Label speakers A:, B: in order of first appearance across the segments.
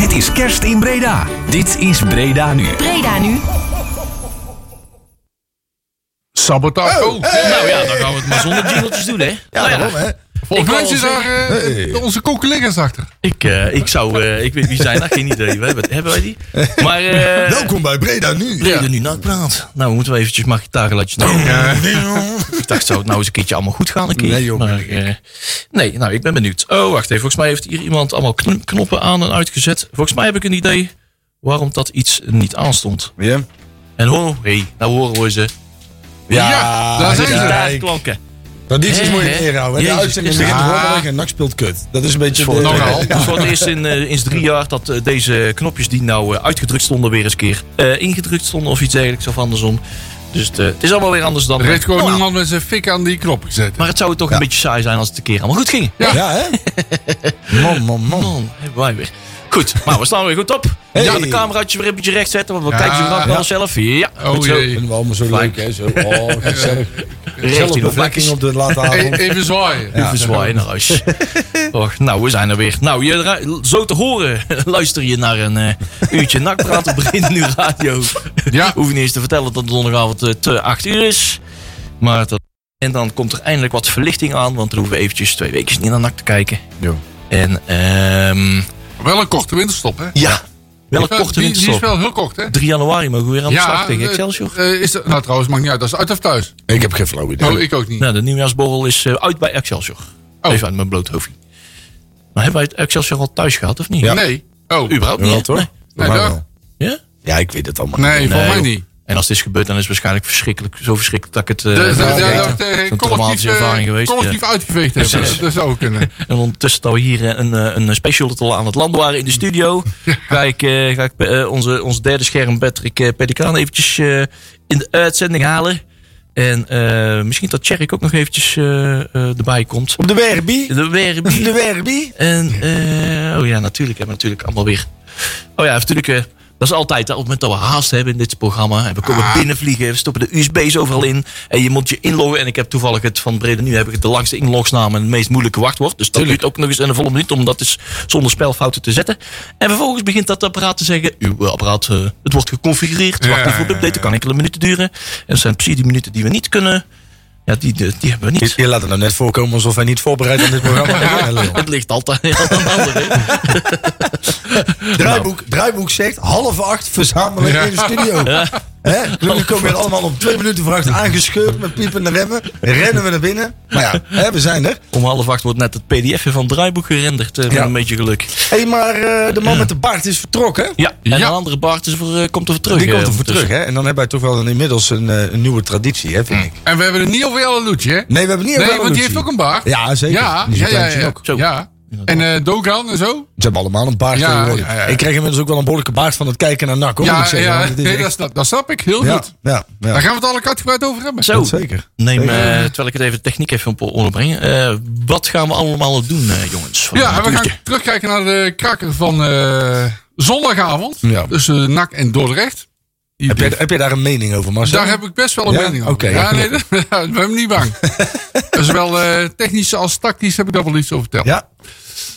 A: Het is kerst in Breda. Dit is Breda Nu.
B: Breda nu.
C: Sabotage. Oh,
D: Nou ja, dan gaan we het maar zonder jingeltjes doen, hè? Nou ja,
E: Daarom, hè?
C: Volgens
D: Ik
C: mij
D: wou
C: zit
D: al
C: daar eh,
E: Hey.
C: onze kokkeleggens achter.
D: ik, eh, ik zou... eh, ik weet wie zijn, daar geen idee. We hebben, hebben wij die? Maar... eh,
E: Welkom bij Breda nu.
D: Reden nu nachtpraat. Nou, we moeten wel eventjes mijn gitarenluidjes nemen. Ik dacht, zou het nou eens een keertje allemaal goed gaan? Een keer?
E: Nee, joh.
D: Maar, eh, nee, nou, ik ben benieuwd. Oh, wacht even. Volgens mij heeft hier iemand allemaal kn- knoppen aan en uitgezet. Volgens mij heb ik een idee waarom dat iets niet aanstond.
E: Ja.
D: En oh, hé, hey, nou horen we ze.
C: Ja, daar zijn ze.
D: Ja,
E: Kijk.
D: klanken.
E: Tradities
D: Hè,
E: moet je
D: hè?
E: in ere houden. hè? De
D: Jezus
E: uitzending
D: Christus.
E: begint
C: Ah.
E: horen en NAC speelt kut. Dat is een beetje... de-
C: Nogal.
D: Het is voor het eerst in, eh, in drie jaar dat eh, deze knopjes die nou eh, uitgedrukt stonden weer eens een keer eh, ingedrukt stonden of iets dergelijks of andersom. Dus het, eh, het is allemaal weer anders dan...
C: Er heeft gewoon
D: Oh,
C: iemand met zijn fik aan die knop gezet.
D: Maar het zou toch een beetje saai zijn als het een keer allemaal goed ging.
E: Ja, hè? Man, man, man.
D: Man, hebben wij weer. Goed, maar we staan weer goed op.
E: Hey.
D: Ja, de cameraatje weer een beetje recht zetten, want we
C: Ja.
D: kijken zo graag naar onszelf. Ja,
C: Oh
D: goed zo.
C: jee.
E: Vinden we allemaal zo leuk, hè? Zo, oh, gezellig.
D: Recht in
E: Gezellig
D: de
E: opwekking
D: vlekjes.
E: op de late
C: E-
E: avond.
C: Even zwaaien.
D: Even zwaaien naar huis. Och, nou, we zijn er weer. Nou, je, ra- zo te horen luister je naar een eh, uurtje nakpraat op Begin Nu Radio.
C: Ja.
D: Hoef je niet eens te vertellen dat het donderdagavond eh, te 8 uur is. Maar dat... En dan komt er eindelijk wat verlichting aan, want dan hoeven we eventjes twee weken niet naar nak te kijken.
E: Jo.
D: En ehm
C: Wel een korte winterstop, hè?
D: ja, wel een
C: Die-
D: korte
C: die- Die is
D: winterstop.
C: wel heel kort, hè?
D: 3 januari mogen we weer aan de slag tegen
C: eh,
D: Excelsior.
C: eh, is dat, nou, trouwens, maakt niet uit. Dat is uit of thuis.
E: Ik heb geen flauw idee.
C: Nou, ik ook niet.
D: Nou, de nieuwjaarsborrel is eh, uit bij Excelsior.
C: Oh.
D: Even uit mijn bloot hoofdje. Maar hebben wij het Excelsior al thuis gehad, of niet?
C: Nee. Oh,
D: Überhaupt
E: Wel,
D: niet, hè?
E: toch?
D: Nee.
E: Voor
C: Nee,
E: mij
C: dat-
E: wel.
D: Ja?
E: Ja, ik weet het allemaal niet.
C: nee, volgens mij
D: joh.
C: niet.
D: En als het is gebeurd, dan is het waarschijnlijk verschrikkelijk, zo verschrikkelijk dat ik het... eh,
C: Dat Dus is
D: wel weet. Zo'n
C: een collectief,
D: traumatische
C: eh,
D: ervaring geweest. ja.
C: collectief uitgeveegd hebben.
D: Precies.
C: Dat zou ook kunnen.
D: En ondertussen dat we hier eh, een, eh, een special dat we al aan het land waren in de studio... ga ik, eh, ga ik eh, onze, ons derde scherm, Patrick eh, Pelikaan, eventjes eh, in de uitzending halen. En eh, misschien dat Tjerk ook nog eventjes eh, eh, erbij komt.
E: Op de Werbi?
D: De werbi.
E: De Werbi?
D: En, eh, oh ja, natuurlijk hebben we natuurlijk allemaal weer. Oh ja, natuurlijk. eh, dat is altijd, hè, op het moment dat we haast hebben in dit programma. En we komen
C: Ah.
D: binnenvliegen, we stoppen de USB's overal in. En je moet je inloggen. En ik heb toevallig het van Brede nu heb ik het de langste inlogsnaam en het meest moeilijke wachtwoord. Dus dat duurt ook nog eens een volle minuut om dat is zonder spelfouten te zetten. En vervolgens begint dat apparaat te zeggen, uw apparaat, eh, het wordt geconfigureerd. Wacht
C: Ja,
D: even op de update, dat kan enkele minuten duren. En dat zijn precies die minuten die we niet kunnen. Ja, die, die, die hebben we
E: Je,
D: niet.
E: je laat het nou net voorkomen alsof wij niet voorbereid aan dit programma zijn.
D: Het ligt altijd aan de andere.
C: Nou.
E: Draaiboek, draaiboek zegt half acht verzamelen in de studio. Hè? Jullie komen weer allemaal op twee minuten vracht aangescheurd met piepende remmen. Rennen we naar binnen. Maar ja, hè, we zijn er.
D: Om half acht wordt net het pdf van het draaiboek gerenderd. eh, Met
E: Ja.
D: een beetje geluk.
E: Hé, maar eh, de man met de baard is vertrokken.
D: Ja, en
C: Ja. dus-
D: een andere Bart is voor, eh, komt er voor terug.
E: Die komt
D: eh,
E: er voor terug,
D: ondertussen.
E: hè? En dan hebben wij toch wel een, inmiddels een, eh, een nieuwe traditie, hè, vind ik.
C: En we hebben er niet over Jelle Loetje, hè?
E: Nee, we hebben niet
C: Hm. Nee,
E: over
C: want die
E: evolutie.
C: heeft ook een baard.
E: Ja, zeker.
C: Ja,
E: Die is
C: ja,
E: een
C: ja.
E: kleintje
C: ja,
E: ook. Oh,
D: Zo.
C: ja. En eh Dogan en zo?
E: Ze hebben allemaal een baard
C: Ja,
E: tegenwoordig.
C: ja, ja, ja.
E: Ik kreeg inmiddels ook wel een behoorlijke baard van het kijken naar NAC, hoor. moet
C: ja,
E: ik zeggen,
C: ja,
E: want het is echt-
C: dat, snap, dat snap ik. Heel
E: ja,
C: goed.
E: ja, ja.
C: Daar gaan we het alle uitgebreid over hebben.
D: Zo,
E: Dat zeker.
D: neem, eh, terwijl ik het even de techniek even op orde breng. eh, wat gaan we allemaal doen, eh, jongens? van
C: Ja,
D: het
C: en we gaan
D: uurtje?
C: terugkijken naar de kraker van eh, zondagavond.
E: Ja.
C: Tussen NAC en Dordrecht. Die-
E: Heb
C: die-
E: jij, heb jij daar een mening over, Marcel?
C: daar heb ik best wel een
E: Ja?
C: mening over.
E: Oké,
C: ja,
E: ja.
C: nee, dat, we hebben niet bang. Zowel eh technisch als tactisch heb ik daar wel iets over verteld.
E: Ja?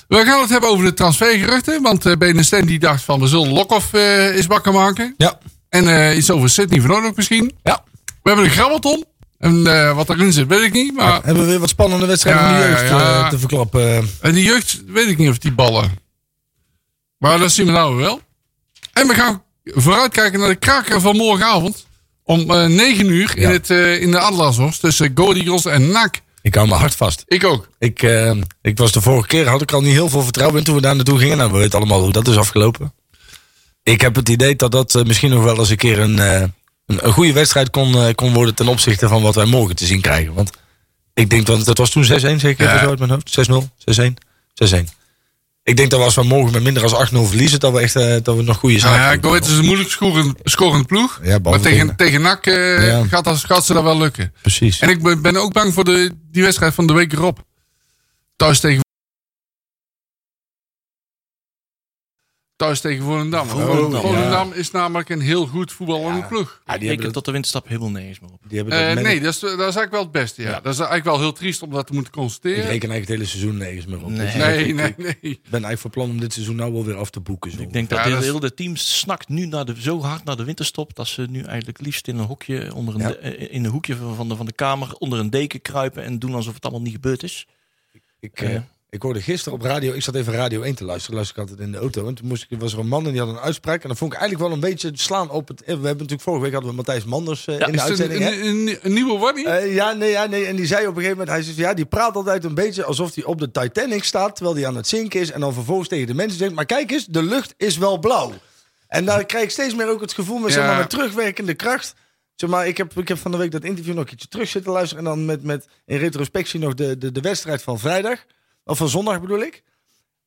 C: We gaan het hebben over de transfergeruchten. Want eh Benesten die dacht van we zullen Lokhoff eh eens wakker maken.
E: Ja.
C: En eh, iets over Sydney van Oorlog misschien.
E: Ja.
C: We hebben een grabbelton. En eh, wat daarin zit, weet ik niet. Maar
E: Hebben we weer wat spannende wedstrijden
C: Ja,
E: van de jeugd
C: ja, ja.
E: eh, te verklappen?
C: En die jeugd, weet ik niet of die ballen. Maar dat zien we nou wel. En we gaan vooruitkijken naar de kraker van morgenavond. Om eh 9 uur
E: Ja.
C: in, het, eh, in de Adelaarshorst tussen Go Ahead Eagles en NAC.
E: Ik hou mijn hart vast.
C: Ik ook.
E: Ik, eh, ik was de vorige keer, had ik al niet heel veel vertrouwen in toen we daar naartoe gingen. Nou, we weten allemaal hoe dat is afgelopen. Ik heb het idee dat dat eh, misschien nog wel eens een keer een, eh, een, een goede wedstrijd kon, eh, kon worden ten opzichte van wat wij morgen te zien krijgen. Want ik denk dat dat was toen 6-1 zeker
C: Ja.
E: even zo uit mijn hoofd. 6-0, 6-1, 6-1. Ik denk dat we als we morgen met minder dan 8-0 verliezen, dat we echt eh, dat we nog goede
C: Nou
E: zaken
C: ja,
E: doen.
C: Go Ahead is een moeilijk scorend, scorend ploeg.
E: Ja, behalve
C: maar tegen,
E: tegen-
C: tegen NAC eh,
E: Ja.
C: gaat, dat, gaat ze dat wel lukken.
E: Precies.
C: En ik ben- ben ook bang voor de, die wedstrijd van de week erop. Thuis tegen... Thuis tegen Volendam.
E: Volendam,
C: Volendam is namelijk een heel goed voetballende ploeg.
E: Ja,
D: Ik
E: die
D: denk
E: hebben dat,
D: dat de winterstap helemaal nergens meer op.
E: die hebben
C: Eh,
E: dat
C: nee, dat is, dat is eigenlijk wel het beste. Ja. Dat is eigenlijk wel heel triest om dat te moeten
E: Ik
C: constateren.
E: reken eigenlijk het hele seizoen nergens meer op.
D: Nee.
E: Dus
C: Nee, nee, nee.
E: Ik ben eigenlijk van plan om dit seizoen nou wel weer af te boeken. Zo.
D: Ik denk
C: Ja,
D: dat heel,
C: dat is-
D: heel de team snakt nu naar de, zo hard naar de winterstop dat ze nu eigenlijk liefst in een hokje onder een
E: Ja.
D: de- eh, in een hoekje van van de, van de kamer onder een deken kruipen en doen alsof het allemaal niet gebeurd is.
E: Ik, eh,
D: Ja.
E: ik hoorde gisteren op radio, ik zat even Radio 1 te luisteren. Luister ik altijd in de auto. En toen moest ik, was er een man en die had een uitspraak. En dan vond ik eigenlijk wel een beetje slaan op het... We hebben natuurlijk vorige week hadden we Matthijs Manders eh, in de
C: Is het
E: uitzending.
C: een,
E: hè?
C: een, een- een nieuwe warning?
E: Eh, ja, nee, ja, nee. En die zei op een gegeven moment, hij zegt, ja, die praat altijd een beetje alsof hij op de Titanic staat, terwijl hij aan het zinken is. En dan vervolgens tegen de mensen zegt, maar kijk eens, de lucht is wel blauw. En daar krijg ik steeds meer ook het gevoel met, zeg
C: Ja.
E: maar, met terugwerkende kracht. Zeg maar, ik, heb, ik heb van de week dat interview nog een keertje terug zitten luisteren. En dan met, met in retrospectie nog de, de, de wedstrijd van vrijdag. Of van zondag bedoel ik.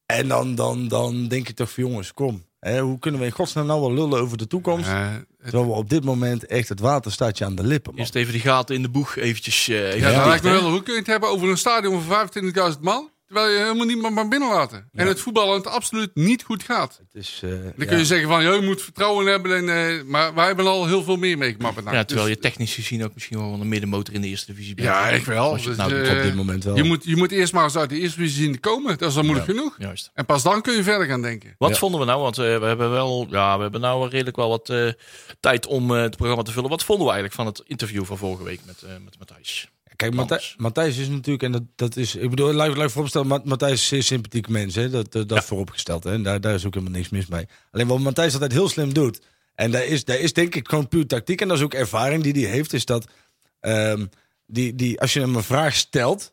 E: En dan, dan, dan denk je toch van jongens, kom. Hè, hoe kunnen we in godsnaam nou wel lullen over de toekomst?
C: Eh, het-
E: Terwijl we op dit moment echt het water staat je aan de lippen. Man.
D: Eerst even die gaten in de boeg eventjes. eh, even
C: ja,
D: dicht,
C: dat lijkt me
D: hè?
C: wel. Hoe kun je het hebben over een stadion van 25.000 man, terwijl je helemaal niemand mag binnenlaten? En het voetballen het absoluut niet goed gaat.
E: Het is, eh,
C: Dan
E: ja.
C: kun je zeggen van, joh, je moet vertrouwen hebben. En, eh, maar wij hebben al heel veel meer meegemaakt. vandaag.
D: Ja, terwijl
C: Dus-
D: je technisch gezien ook misschien wel een middenmotor in de eerste divisie bent.
C: Ja, echt wel.
D: Als je het
C: Dus,
D: nou doet.
C: eh,
E: op dit moment wel.
C: Je moet, je moet eerst maar eens uit de eerste divisie zien te komen. Dat is al moeilijk genoeg.
D: Juist.
C: En pas dan kun je verder gaan denken.
D: Wat vonden we nou? Want eh, we hebben wel, ja, we hebben nou redelijk wel wat eh, tijd om eh, het programma te vullen. Wat vonden we eigenlijk van het interview van vorige week met, eh, met Matthijs?
E: Kijk, Matthij-
D: Anders.
E: Matthijs is natuurlijk, en dat, dat is, ik bedoel, laat ik laat ik vooropstellen, Ma- Matthijs is een zeer sympathiek mens, hè? dat, dat, dat vooropgesteld, hè? En daar, daar is ook helemaal niks mis mee. Alleen wat Matthijs altijd heel slim doet, en daar is, daar is denk ik gewoon puur tactiek, en dat is ook ervaring die hij heeft, is dat ehm, die, die, als je hem een vraag stelt,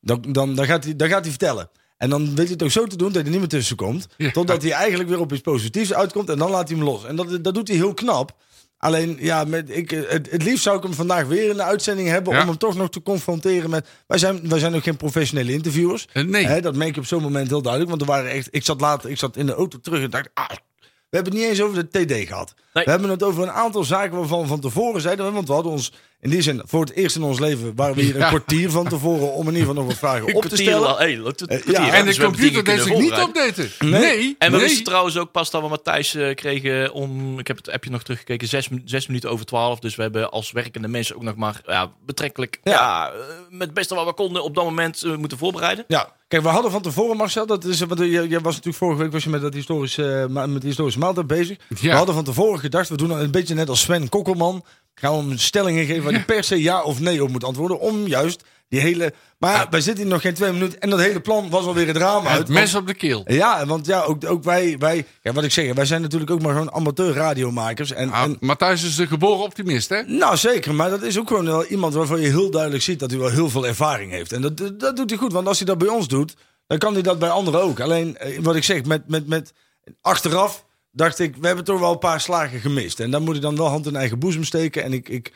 E: dan, dan, dan, gaat hij, dan gaat hij vertellen. En dan weet hij het ook zo te doen dat hij niet meer tussen komt.
C: Ja.
E: Totdat hij eigenlijk weer op iets positiefs uitkomt. En dan laat hij hem los. En dat, dat doet hij heel knap. Alleen, ja, met, ik, eh, het, het liefst zou ik hem vandaag weer in de uitzending hebben.
C: Ja.
E: Om hem toch nog te confronteren met. Wij zijn, wij zijn ook geen professionele interviewers.
C: Eh, nee.
E: Hè, dat merk ik op zo'n moment heel duidelijk. Want er waren echt, ik zat later ik zat in de auto terug en dacht. Ah, we hebben het niet eens over de TD gehad.
D: Nee.
E: We hebben het over een aantal zaken waarvan we van tevoren zeiden. we, Want we hadden ons in die zin voor het eerst in ons leven. waren we hier een
C: Ja.
E: kwartier van tevoren. om in ieder geval nog wat vragen op te stellen. Eh, ja,
D: ja,
E: en
C: en de computer deed zich niet
D: op.
C: updaten. Nee.
D: En we
C: nee.
D: wisten trouwens ook pas dat we Matthijs eh, kregen om, ik heb het appje nog teruggekeken, zes, min- zes minuten over twaalf. Dus we hebben als werkende mensen ook nog maar ja, betrekkelijk, ja. eh, met het beste wat we konden op dat moment eh, moeten voorbereiden.
E: Ja, kijk, we hadden van tevoren, Marcel, dat is, want je, je was natuurlijk vorige week was je met, dat historische, eh, ma- met die historische maaltijd bezig.
C: Ja.
E: We hadden van tevoren gedacht, we doen een beetje net als Sven Kokkelman. Gaan we hem stellingen geven waar hij per se ja of nee op moet antwoorden. Om juist die hele... Maar ja, wij zitten hier nog geen twee minuten en dat hele plan was alweer het raam uit.
C: Het
E: want-
C: mes op de keel.
E: ja, want ja, ook, ook wij, wij ja, wat ik zeg, wij zijn natuurlijk ook maar gewoon amateur radiomakers. En,
C: Ah,
E: en
C: Matthijs is de geboren optimist, hè?
E: nou, zeker. Maar dat is ook gewoon wel iemand waarvan je heel duidelijk ziet dat hij wel heel veel ervaring heeft. En dat, dat doet hij goed, want als hij dat bij ons doet, dan kan hij dat bij anderen ook. Alleen, eh, wat ik zeg, met, met, met achteraf dacht ik, we hebben toch wel een paar slagen gemist. En daar moet ik dan wel hand in eigen boezem steken. En ik, ik,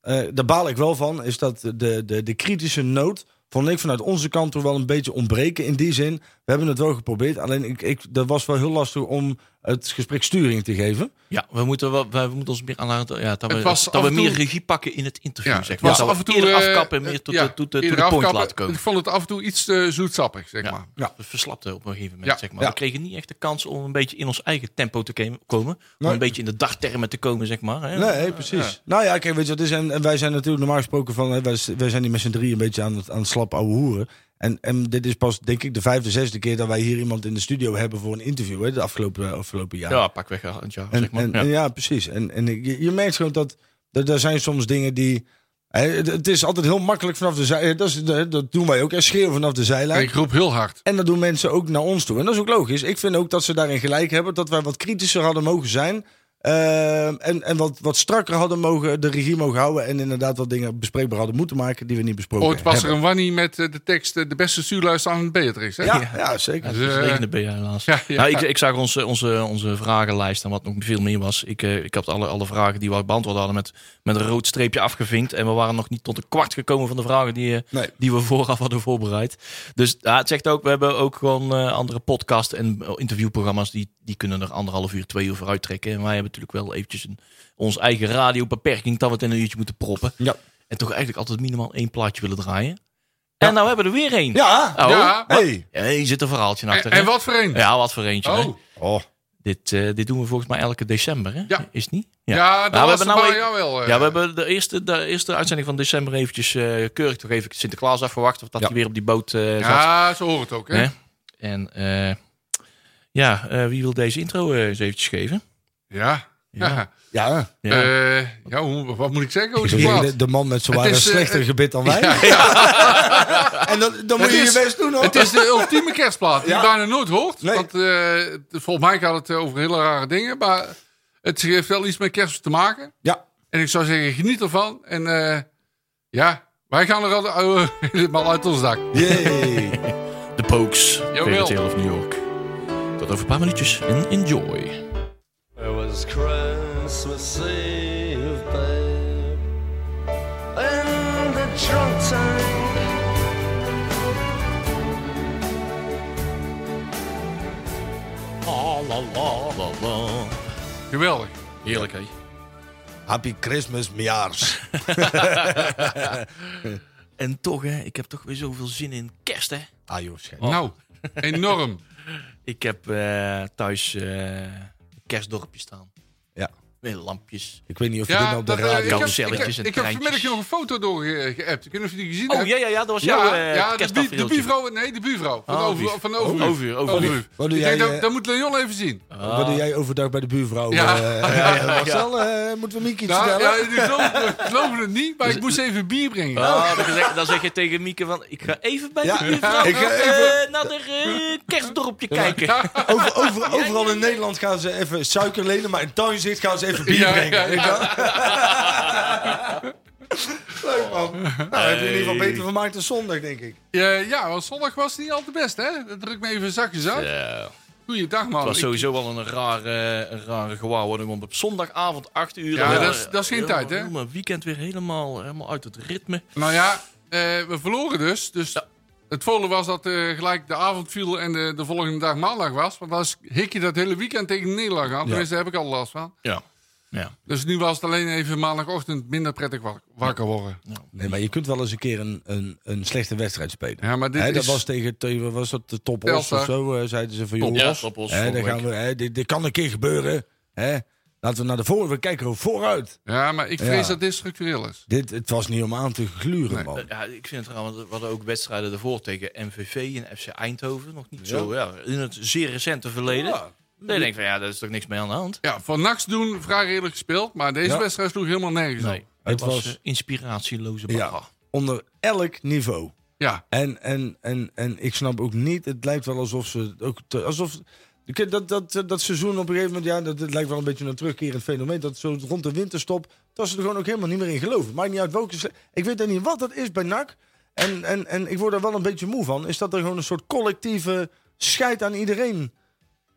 E: eh, daar baal ik wel van, is dat de, de, de kritische noot vond ik vanuit onze kant toch wel een beetje ontbreken in die zin. We hebben het wel geprobeerd, alleen ik, ik, dat was wel heel lastig om het gesprek sturing te geven.
D: Ja, we moeten, wel, we, we moeten ons meer aan laten, ja, dat
C: Het
D: we,
C: was
D: dat
C: af
D: we
C: en toe-
D: meer regie pakken in het interview.
C: Ja,
D: zeg
C: het
D: maar.
C: was
D: Dat we
C: af en toe...
D: eerder
C: eh,
D: afkappen en meer tot,
C: ja,
D: de, tot, de, tot
C: eerder
D: de point
C: afkappen.
D: laten komen.
C: Ik vond het af en toe iets te zoetsappig, zeg
D: Ja.
C: maar.
E: Ja.
D: We verslapten op een gegeven moment,
C: Ja,
D: zeg maar.
E: ja.
D: We kregen niet echt de kans om een beetje in ons eigen tempo te ke- komen. Om
E: Nee.
D: een beetje in de dagtermen te komen, zeg maar. Hè.
E: Nee, precies. Nou ja, kijk, weet je wat het is? En, en wij zijn natuurlijk normaal gesproken van... hè, Wij, wij zijn hier met z'n drie een beetje aan het, aan het slap ouwe hoeren. En, en dit is pas, denk ik, de vijfde, zesde keer dat wij hier iemand in de studio hebben voor een interview. Hè, de afgelopen, eh, afgelopen jaar.
D: Ja, pakweg ja, het jaar,
E: en,
D: zeg maar.
E: en-
D: ja.
E: en ja, precies. En, en ik- je, je merkt gewoon dat, dat er zijn soms dingen die... hè, Het het is altijd heel makkelijk vanaf de zijlijn. Dat, is- dat- dat doen wij ook. En schreeuwen vanaf de zijlijn.
C: En ik roep heel hard.
E: En dat doen mensen ook naar ons toe. En dat is ook logisch. Ik vind ook dat ze daarin gelijk hebben. Dat wij wat kritischer hadden mogen zijn. Ehm, en en wat, wat strakker hadden mogen, de regie mogen houden. En inderdaad wat dingen bespreekbaar hadden moeten maken die we niet besproken
C: Ooit Oh, was er
E: hebben.
C: een wannie met eh, de tekst eh, de beste stuurluister aan het Beatrix, hè?
E: Ja, ja, zeker.
C: Dus, eh,
D: Het regende bij jou helaas.
C: ja, ja.
D: Nou, ik, ik zag onze, onze, onze vragenlijst en wat nog veel meer was. Ik, eh, ik had alle, alle vragen die we beantwoord hadden met, met een rood streepje afgevinkt. En we waren nog niet tot een kwart gekomen van de vragen die, eh,
E: Nee.
D: die we vooraf hadden voorbereid. Dus ja, het zegt ook, we hebben ook gewoon eh, andere podcast en eh, interviewprogramma's. Die, die kunnen er anderhalf uur, twee uur voor uittrekken. En wij hebben natuurlijk wel eventjes een, ons eigen radiobeperking dat we het in een uurtje moeten proppen.
E: Ja.
D: En toch eigenlijk altijd minimaal één plaatje willen draaien. En nou hebben we er weer één.
E: Ja,
D: Oh,
C: Ja.
E: hey.
D: Ja, hier zit een verhaaltje
C: En,
D: achter.
C: en
D: hè?
C: wat voor een?
D: Ja, wat voor eentje. hè?
C: Oh,
E: Oh,
D: Dit, eh, dit doen we volgens mij elke december, hè?
C: Ja.
D: Is het niet?
C: Ja,
D: Maar
C: de laatste
D: nou
C: paar
D: e-
C: jaar wel. eh.
D: ja, we hebben de eerste, de eerste uitzending van december eventjes eh, keurig toch even Sinterklaas afgewacht. Of dat
E: Ja.
D: hij weer op die boot eh zat.
C: Ja, ze horen het ook. Hè?
D: Hè? En eh, ja, eh, wie wil deze intro eh, eens eventjes geven?
C: Ja. Ja.
D: Ja.
E: Ja.
D: Ja.
C: Eh, ja, hoe- wat moet ik zeggen? Hoe is het
E: De,
C: plaat?
E: de man met
C: Het
E: zo'n
C: is, eh,
E: slechter gebit dan wij. en dan, dan moet
C: Het
E: je
C: is-
E: je best doen hoor.
C: Het is de ultieme kerstplaat die
E: Ja.
C: je bijna nooit hoort.
E: Nee.
C: Want eh, het- volgens mij gaat het eh, over hele rare dingen. Maar het heeft wel iets met kerst te maken.
E: Ja.
C: En ik zou zeggen, geniet ervan. En eh, ja, wij gaan er al- eh, helemaal uit ons dak.
E: Yay.
D: De Pokes,
C: Jawel.
D: Fairy Tale of New York. Tot over een paar minuutjes en enjoy.
B: It was Christmas Eve, babe, in the drunk tank.
D: La, la, la, la, la.
C: Geweldig.
D: Heerlijk, hè?
E: Happy Christmas, miaars.
D: En toch, hè, ik heb toch weer zoveel zin in kerst, hè?
E: Ah joh, schijn.
D: Oh.
C: Nou, enorm.
D: Ik heb eh, thuis eh, een kerstdorpje staan.
E: Ja.
D: Met lampjes.
E: Ik weet niet of je dit
C: Ja,
E: nou op de
C: dat, eh, ik
E: radio...
C: heb, ik, heb-
D: Carouselletjes en
C: ik heb
D: treintjes.
C: vanmiddag nog een foto doorgeappt. Ik weet niet of je die gezien
D: Oh,
C: hebt.
D: ja, ja, ja, dat was
C: Ja,
D: jouw eh
C: ja, de, bu- de
D: kerstafreeltje.
C: buurvrouw, nee, de buurvrouw. Van
D: Oh,
C: over,
D: buur-
C: van
D: Oh,
C: over,
D: overuur, overuur.
E: Wat doe
C: Ik
E: jij,
C: denk, dat,
E: eh,
C: dat moet Leon even zien.
D: Ah.
E: Wat doe jij overdag bij de buurvrouw?
C: Ja.
E: Ja.
D: ja, ja.
E: Marcel, eh, moeten we Mieke iets
C: Nou,
E: vertellen?
C: ja, ik geloof, ik geloof het niet, maar ik moest even bier brengen.
D: Oh, dan, zeg, dan zeg je tegen Mieke van... Ik ga even bij
E: Ja,
D: de buurvrouw
E: ik ga
D: eh,
E: even-
D: naar de eh, kerstdorpje kijken.
E: Over, over, overal in Nederland gaan ze even suiker lenen, maar in Tuinzicht gaan ze even bier
C: Ja,
E: brengen.
C: ja,
E: weet je wel? Leuk man. Nou, heb je in ieder geval beter vermaakt dan zondag, denk ik.
C: Ja, ja, want zondag was het niet al te best, hè? Dat druk me even zakjes uit.
D: Ja.
C: Goeiedag, man.
D: Het was
C: Oh, Ik-
D: sowieso wel een rare, een rare gewaarwording om op zondagavond 8 uur...
C: Ja,
D: al,
C: dat is-
D: eh,
C: dat is geen
D: helemaal-
C: tijd, hè?
D: helemaal Mijn weekend weer helemaal, helemaal uit het ritme.
C: Nou ja, eh, we verloren dus. Dus
D: Ja.
C: het volle was dat eh, gelijk de avond viel en de, de volgende dag maandag was. Want als hik je dat hele weekend tegen de nederlaag aan. Tenminste, daar heb ik al last van.
D: Ja. ja.
C: Dus nu was het alleen even maandagochtend minder prettig wak- wakker worden.
E: Nee, maar je kunt wel eens een keer een, een, een slechte wedstrijd spelen.
C: Ja, maar dit
E: Hè, dat
C: is-
E: was tegen, tegen was dat de Top Os
C: Telstar.
E: of zo, eh, zeiden ze van
D: Top
E: joh.
D: Os. Ja, Top Os,
E: Hè,
D: vorige
E: dan gaan we, hè, dit, dit kan een keer gebeuren. Hè. Laten we naar de voor, we kijken vooruit.
C: Ja, maar ik vrees
E: Ja.
C: dat dit structureel is.
E: Dit, het was niet om aan te gluren,
C: eh,
E: man.
D: Eh, Ja, ik vind het trouwens, we hadden ook wedstrijden ervoor tegen MVV en FC Eindhoven. Nog niet zo, ja, in het zeer recente verleden.
E: Ja.
D: Dan denk ik van, ja, daar is toch niks mee aan de hand?
C: Ja, van nachts doen vrij redelijk gespeeld. Maar deze
E: Ja.
C: wedstrijd sloeg helemaal nergens op.
D: het
E: Het
D: was,
E: was-
D: eh, inspiratieloze
E: Ja.
D: bagger.
E: Onder elk niveau.
C: Ja,
E: En, en, en, en ik snap ook niet, het lijkt wel alsof ze ook. te- alsof, ik heb dat, dat, dat seizoen op een gegeven moment, ja, dat, dat lijkt wel een beetje een terugkerend fenomeen. Dat zo rond de winterstop, dat ze er gewoon ook helemaal niet meer in geloven. Maakt niet uit welke. sle- Ik weet dan niet wat dat is bij NAC. En, en, en ik word er wel een beetje moe van. Is dat er gewoon een soort collectieve scheid aan iedereen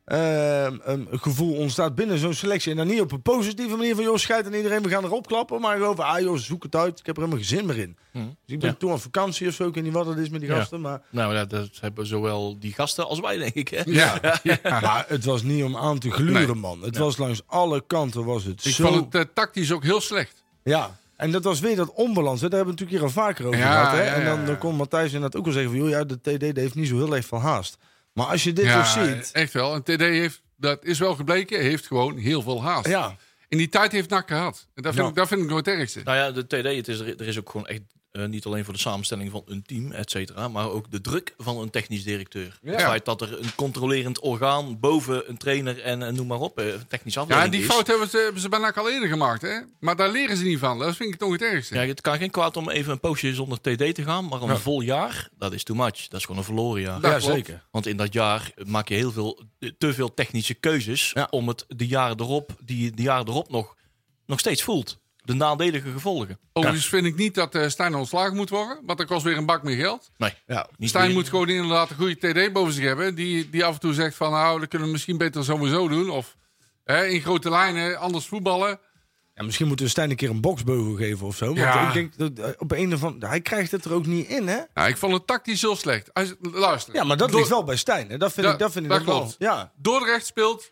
E: ehm, ehm, gevoel ontstaat binnen zo'n selectie. En dan niet op een positieve manier van, joh, scheid aan iedereen, we gaan erop klappen. Maar gewoon van, ah joh, zoek het uit, ik heb er helemaal geen zin meer in.
C: Mhm.
E: Dus ik ben
D: Ja.
E: toen op vakantie of zo, ik weet niet wat het is met die
D: Ja.
E: gasten, maar...
D: Nou, dat, dat hebben zowel die gasten als wij, denk ik. Hè?
C: ja.
E: Maar het was niet om aan te gluren,
C: Nee.
E: man. Het was langs alle kanten was het
C: ik
E: zo...
C: vond het eh, tactisch ook heel slecht.
E: Ja. En dat was weer dat onbalans. hè. Daar hebben we het natuurlijk hier al vaker over
C: Ja,
E: gehad. Hè?
C: ja,
E: En
C: ja.
E: dan, dan kon Matthijs inderdaad ook al zeggen van... joh, ja, de TD die heeft niet zo heel erg veel haast. Maar als je dit
C: ja, eh,
E: toch ziet...
C: echt wel. En TD heeft, dat is wel gebleken, heeft gewoon heel veel haast.
E: Ja,
C: In die tijd heeft NAC gehad. En dat vind,
E: Ja.
C: ik, dat vind ik nog het ergste.
D: Nou ja, de TD, het is, er er is ook gewoon echt eh, niet alleen voor de samenstelling van een team, et cetera, maar ook de druk van een technisch directeur. Het feit dat er een controlerend orgaan boven een trainer en eh, noem maar op, eh, technisch
C: Ja,
D: afdeling
C: en die
D: is.
C: fout hebben ze, hebben ze bij NAC al eerder gemaakt. Hè? Maar daar leren ze niet van. Dat vind ik toch het ergste.
D: Ja, het kan geen kwaad om even een poosje zonder TD te gaan, maar een vol jaar, dat is too much. Dat is gewoon een verloren jaar.
C: Dat
E: ja
C: klopt.
E: zeker.
D: Want in dat jaar maak je heel veel, eh, te veel technische keuzes
E: Ja.
D: om het de jaren erop, die je de jaren erop nog, nog steeds voelt. De nadelige gevolgen.
C: Overigens vind ik niet dat eh, Stijn ontslagen moet worden. Want dat kost weer een bak meer geld.
D: Nee,
E: Ja.
D: niet
C: Stijn
D: meer.
C: moet gewoon inderdaad een goede TD boven zich hebben. Die, die af en toe zegt van nou, dat kunnen we misschien beter sowieso doen. Of hè, in grote lijnen, anders voetballen.
E: Ja, misschien moeten we Stijn een keer een boksbeugel geven of zo. Want
C: Ja.
E: ik denk dat eh, op een of andere... Hij krijgt het er ook niet in, hè?
C: Nou, ik vond het tactisch heel slecht. Als, luister.
E: Ja, maar dat
C: Door-
E: ligt wel bij Stijn. Hè? Dat vind
C: Ja,
E: ik, dat vind ik
C: dat
E: ook wel.
C: klopt.
E: Ja.
C: Dordrecht speelt,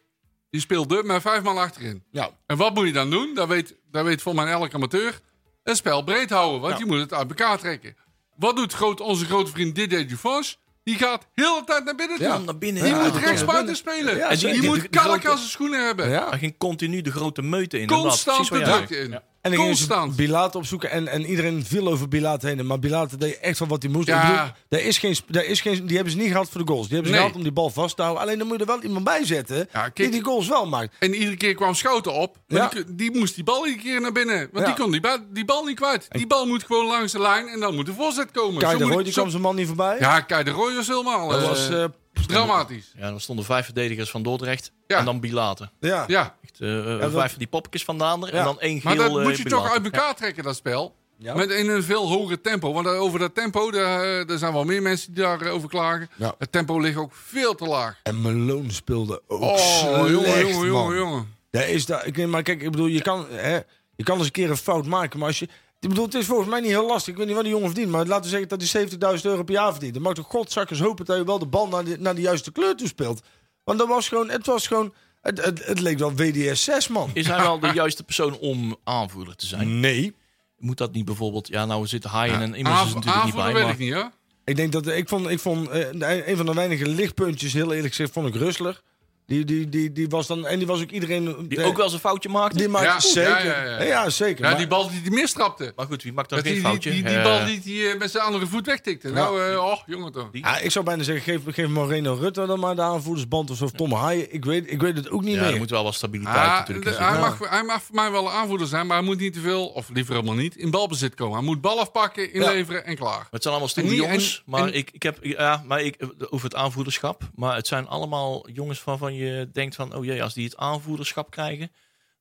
C: die speelde met vijf man achterin.
E: ja.
C: En wat moet je dan doen? Dat weet, dat weet volgens mij elke amateur. Een spel breed houden, want
E: Ja.
C: je moet het uit elkaar trekken. Wat doet groot, onze grote vriend Didier Dufors? Die gaat heel de tijd naar binnen toe.
E: Ja,
D: naar binnen.
C: Die
D: Ja,
C: moet
D: naar
C: rechtsbuiten spelen.
E: Ja,
C: Die
D: zeker.
C: moet
D: De- de
C: kalk
D: grote-
C: aan zijn schoenen hebben.
E: Ja.
D: Hij ging continu de grote meute in.
C: Constant de druk in.
E: En dan gingen ze
C: Constant.
E: Bilaat opzoeken en, en iedereen viel over Bilaat heen. Maar Bilaat deed echt wel wat hij moest.
C: Ja.
E: Ik bedoel, daar is geen, daar is geen, die hebben ze niet gehad voor de goals. Die hebben ze
C: Nee.
E: gehad om die bal vast te houden. Alleen dan moet je er wel iemand bij zetten
C: Ja, kijk.
E: die die goals wel maakt.
C: En iedere keer kwam Schouten op. Maar
E: Ja.
C: die, kun- die moest die bal iedere keer naar binnen. Want
E: Ja.
C: die kon die, ba- die bal niet kwijt. Die bal moet gewoon langs de lijn en dan moet de voorzet komen.
E: Kai
C: Zo
E: de
C: moet
E: Roy,
C: ik-
E: die
C: zo-
E: kwam zijn man niet voorbij.
C: Ja, Kai de Roy was helemaal
E: dat
C: eh,
E: was, eh,
C: dramatisch.
D: Ja, dan stonden vijf verdedigers van Dordrecht.
C: Ja.
D: En dan Bilaten.
E: ja.
C: Ja,
D: Echt, eh, eh,
E: dat-
D: vijf van die poppetjes van Naander.
E: Ja.
D: En dan één
C: maar
D: geel
C: dat
D: eh,
C: moet je toch
D: Bilater.
C: uit elkaar trekken, dat spel.
E: Ja.
C: Met in een veel hoger tempo. Want eh, over dat tempo, daar, eh, er zijn wel meer mensen die daarover klagen.
E: Ja.
C: Het tempo ligt ook veel te laag.
E: En Malone speelde ook
C: Oh,
E: slecht,
C: jongen, jongen,
E: man.
C: jongen, jongen.
E: Daar is daar, ik, maar kijk, ik bedoel, je kan, hè, je kan eens een keer een fout maken. Maar als je, ik bedoel, het is volgens mij niet heel lastig. Ik weet niet wat die jongen verdient. Maar laten we zeggen dat hij 70.000 euro per jaar verdient. Dan mag toch godzakkers hopen dat je wel de bal naar de, naar de juiste kleur toe speelt. Want dat was gewoon, het was gewoon, het, het, het leek wel WDS 6, man.
D: Is hij wel de juiste persoon om aanvoerder te
C: Hmm.
D: zijn?
E: Nee.
D: Moet dat niet bijvoorbeeld... Ja, nou zitten Haaien en Immers is
C: Aanv-
D: natuurlijk niet bij.
C: Aanvoerder weet
D: maar-
C: ik niet, hoor.
E: Ik denk dat, ik vond, ik vond eh, de- een van de weinige lichtpuntjes, heel eerlijk gezegd, vond ik Rustler. Die, die, die, die was dan, en die was ook iedereen...
D: Die ook wel eens een foutje maakte.
E: Die maakte
C: Ja,
E: zeker.
C: ja, ja, ja.
E: zeker.
C: Ja,
E: maar-
C: die bal die hij mistrapte.
D: Maar goed, wie maakt dan
C: Dat
D: geen
C: die, die,
D: foutje?
C: die, die
D: Eh,
C: bal die hij eh, met zijn andere voet wegtikte. Nou, eh, oh, jongen toch.
E: Ja, ik zou bijna zeggen, geef, geef Moreno Rutte dan maar de aanvoerdersband of zo. Of Tom Haaien, ik weet, ik weet het ook niet
D: Ja, er
E: meer.
D: moet wel wat stabiliteit
C: Ah,
D: natuurlijk
C: de-
D: in
C: hij,
D: zitten.
C: mag, hij mag voor mij wel een aanvoerder zijn, maar hij moet niet te veel, of liever helemaal niet, in balbezit komen. Hij moet bal afpakken, inleveren en klaar.
D: Maar Het zijn allemaal stoere
C: En die-
D: jongens.
C: en-
D: maar
C: en-
D: ik, ik heb, ja, maar ik, over het aanvoederschap. Maar het zijn allemaal jongens waarvan je denkt van... Oh jee, als die het aanvoederschap krijgen...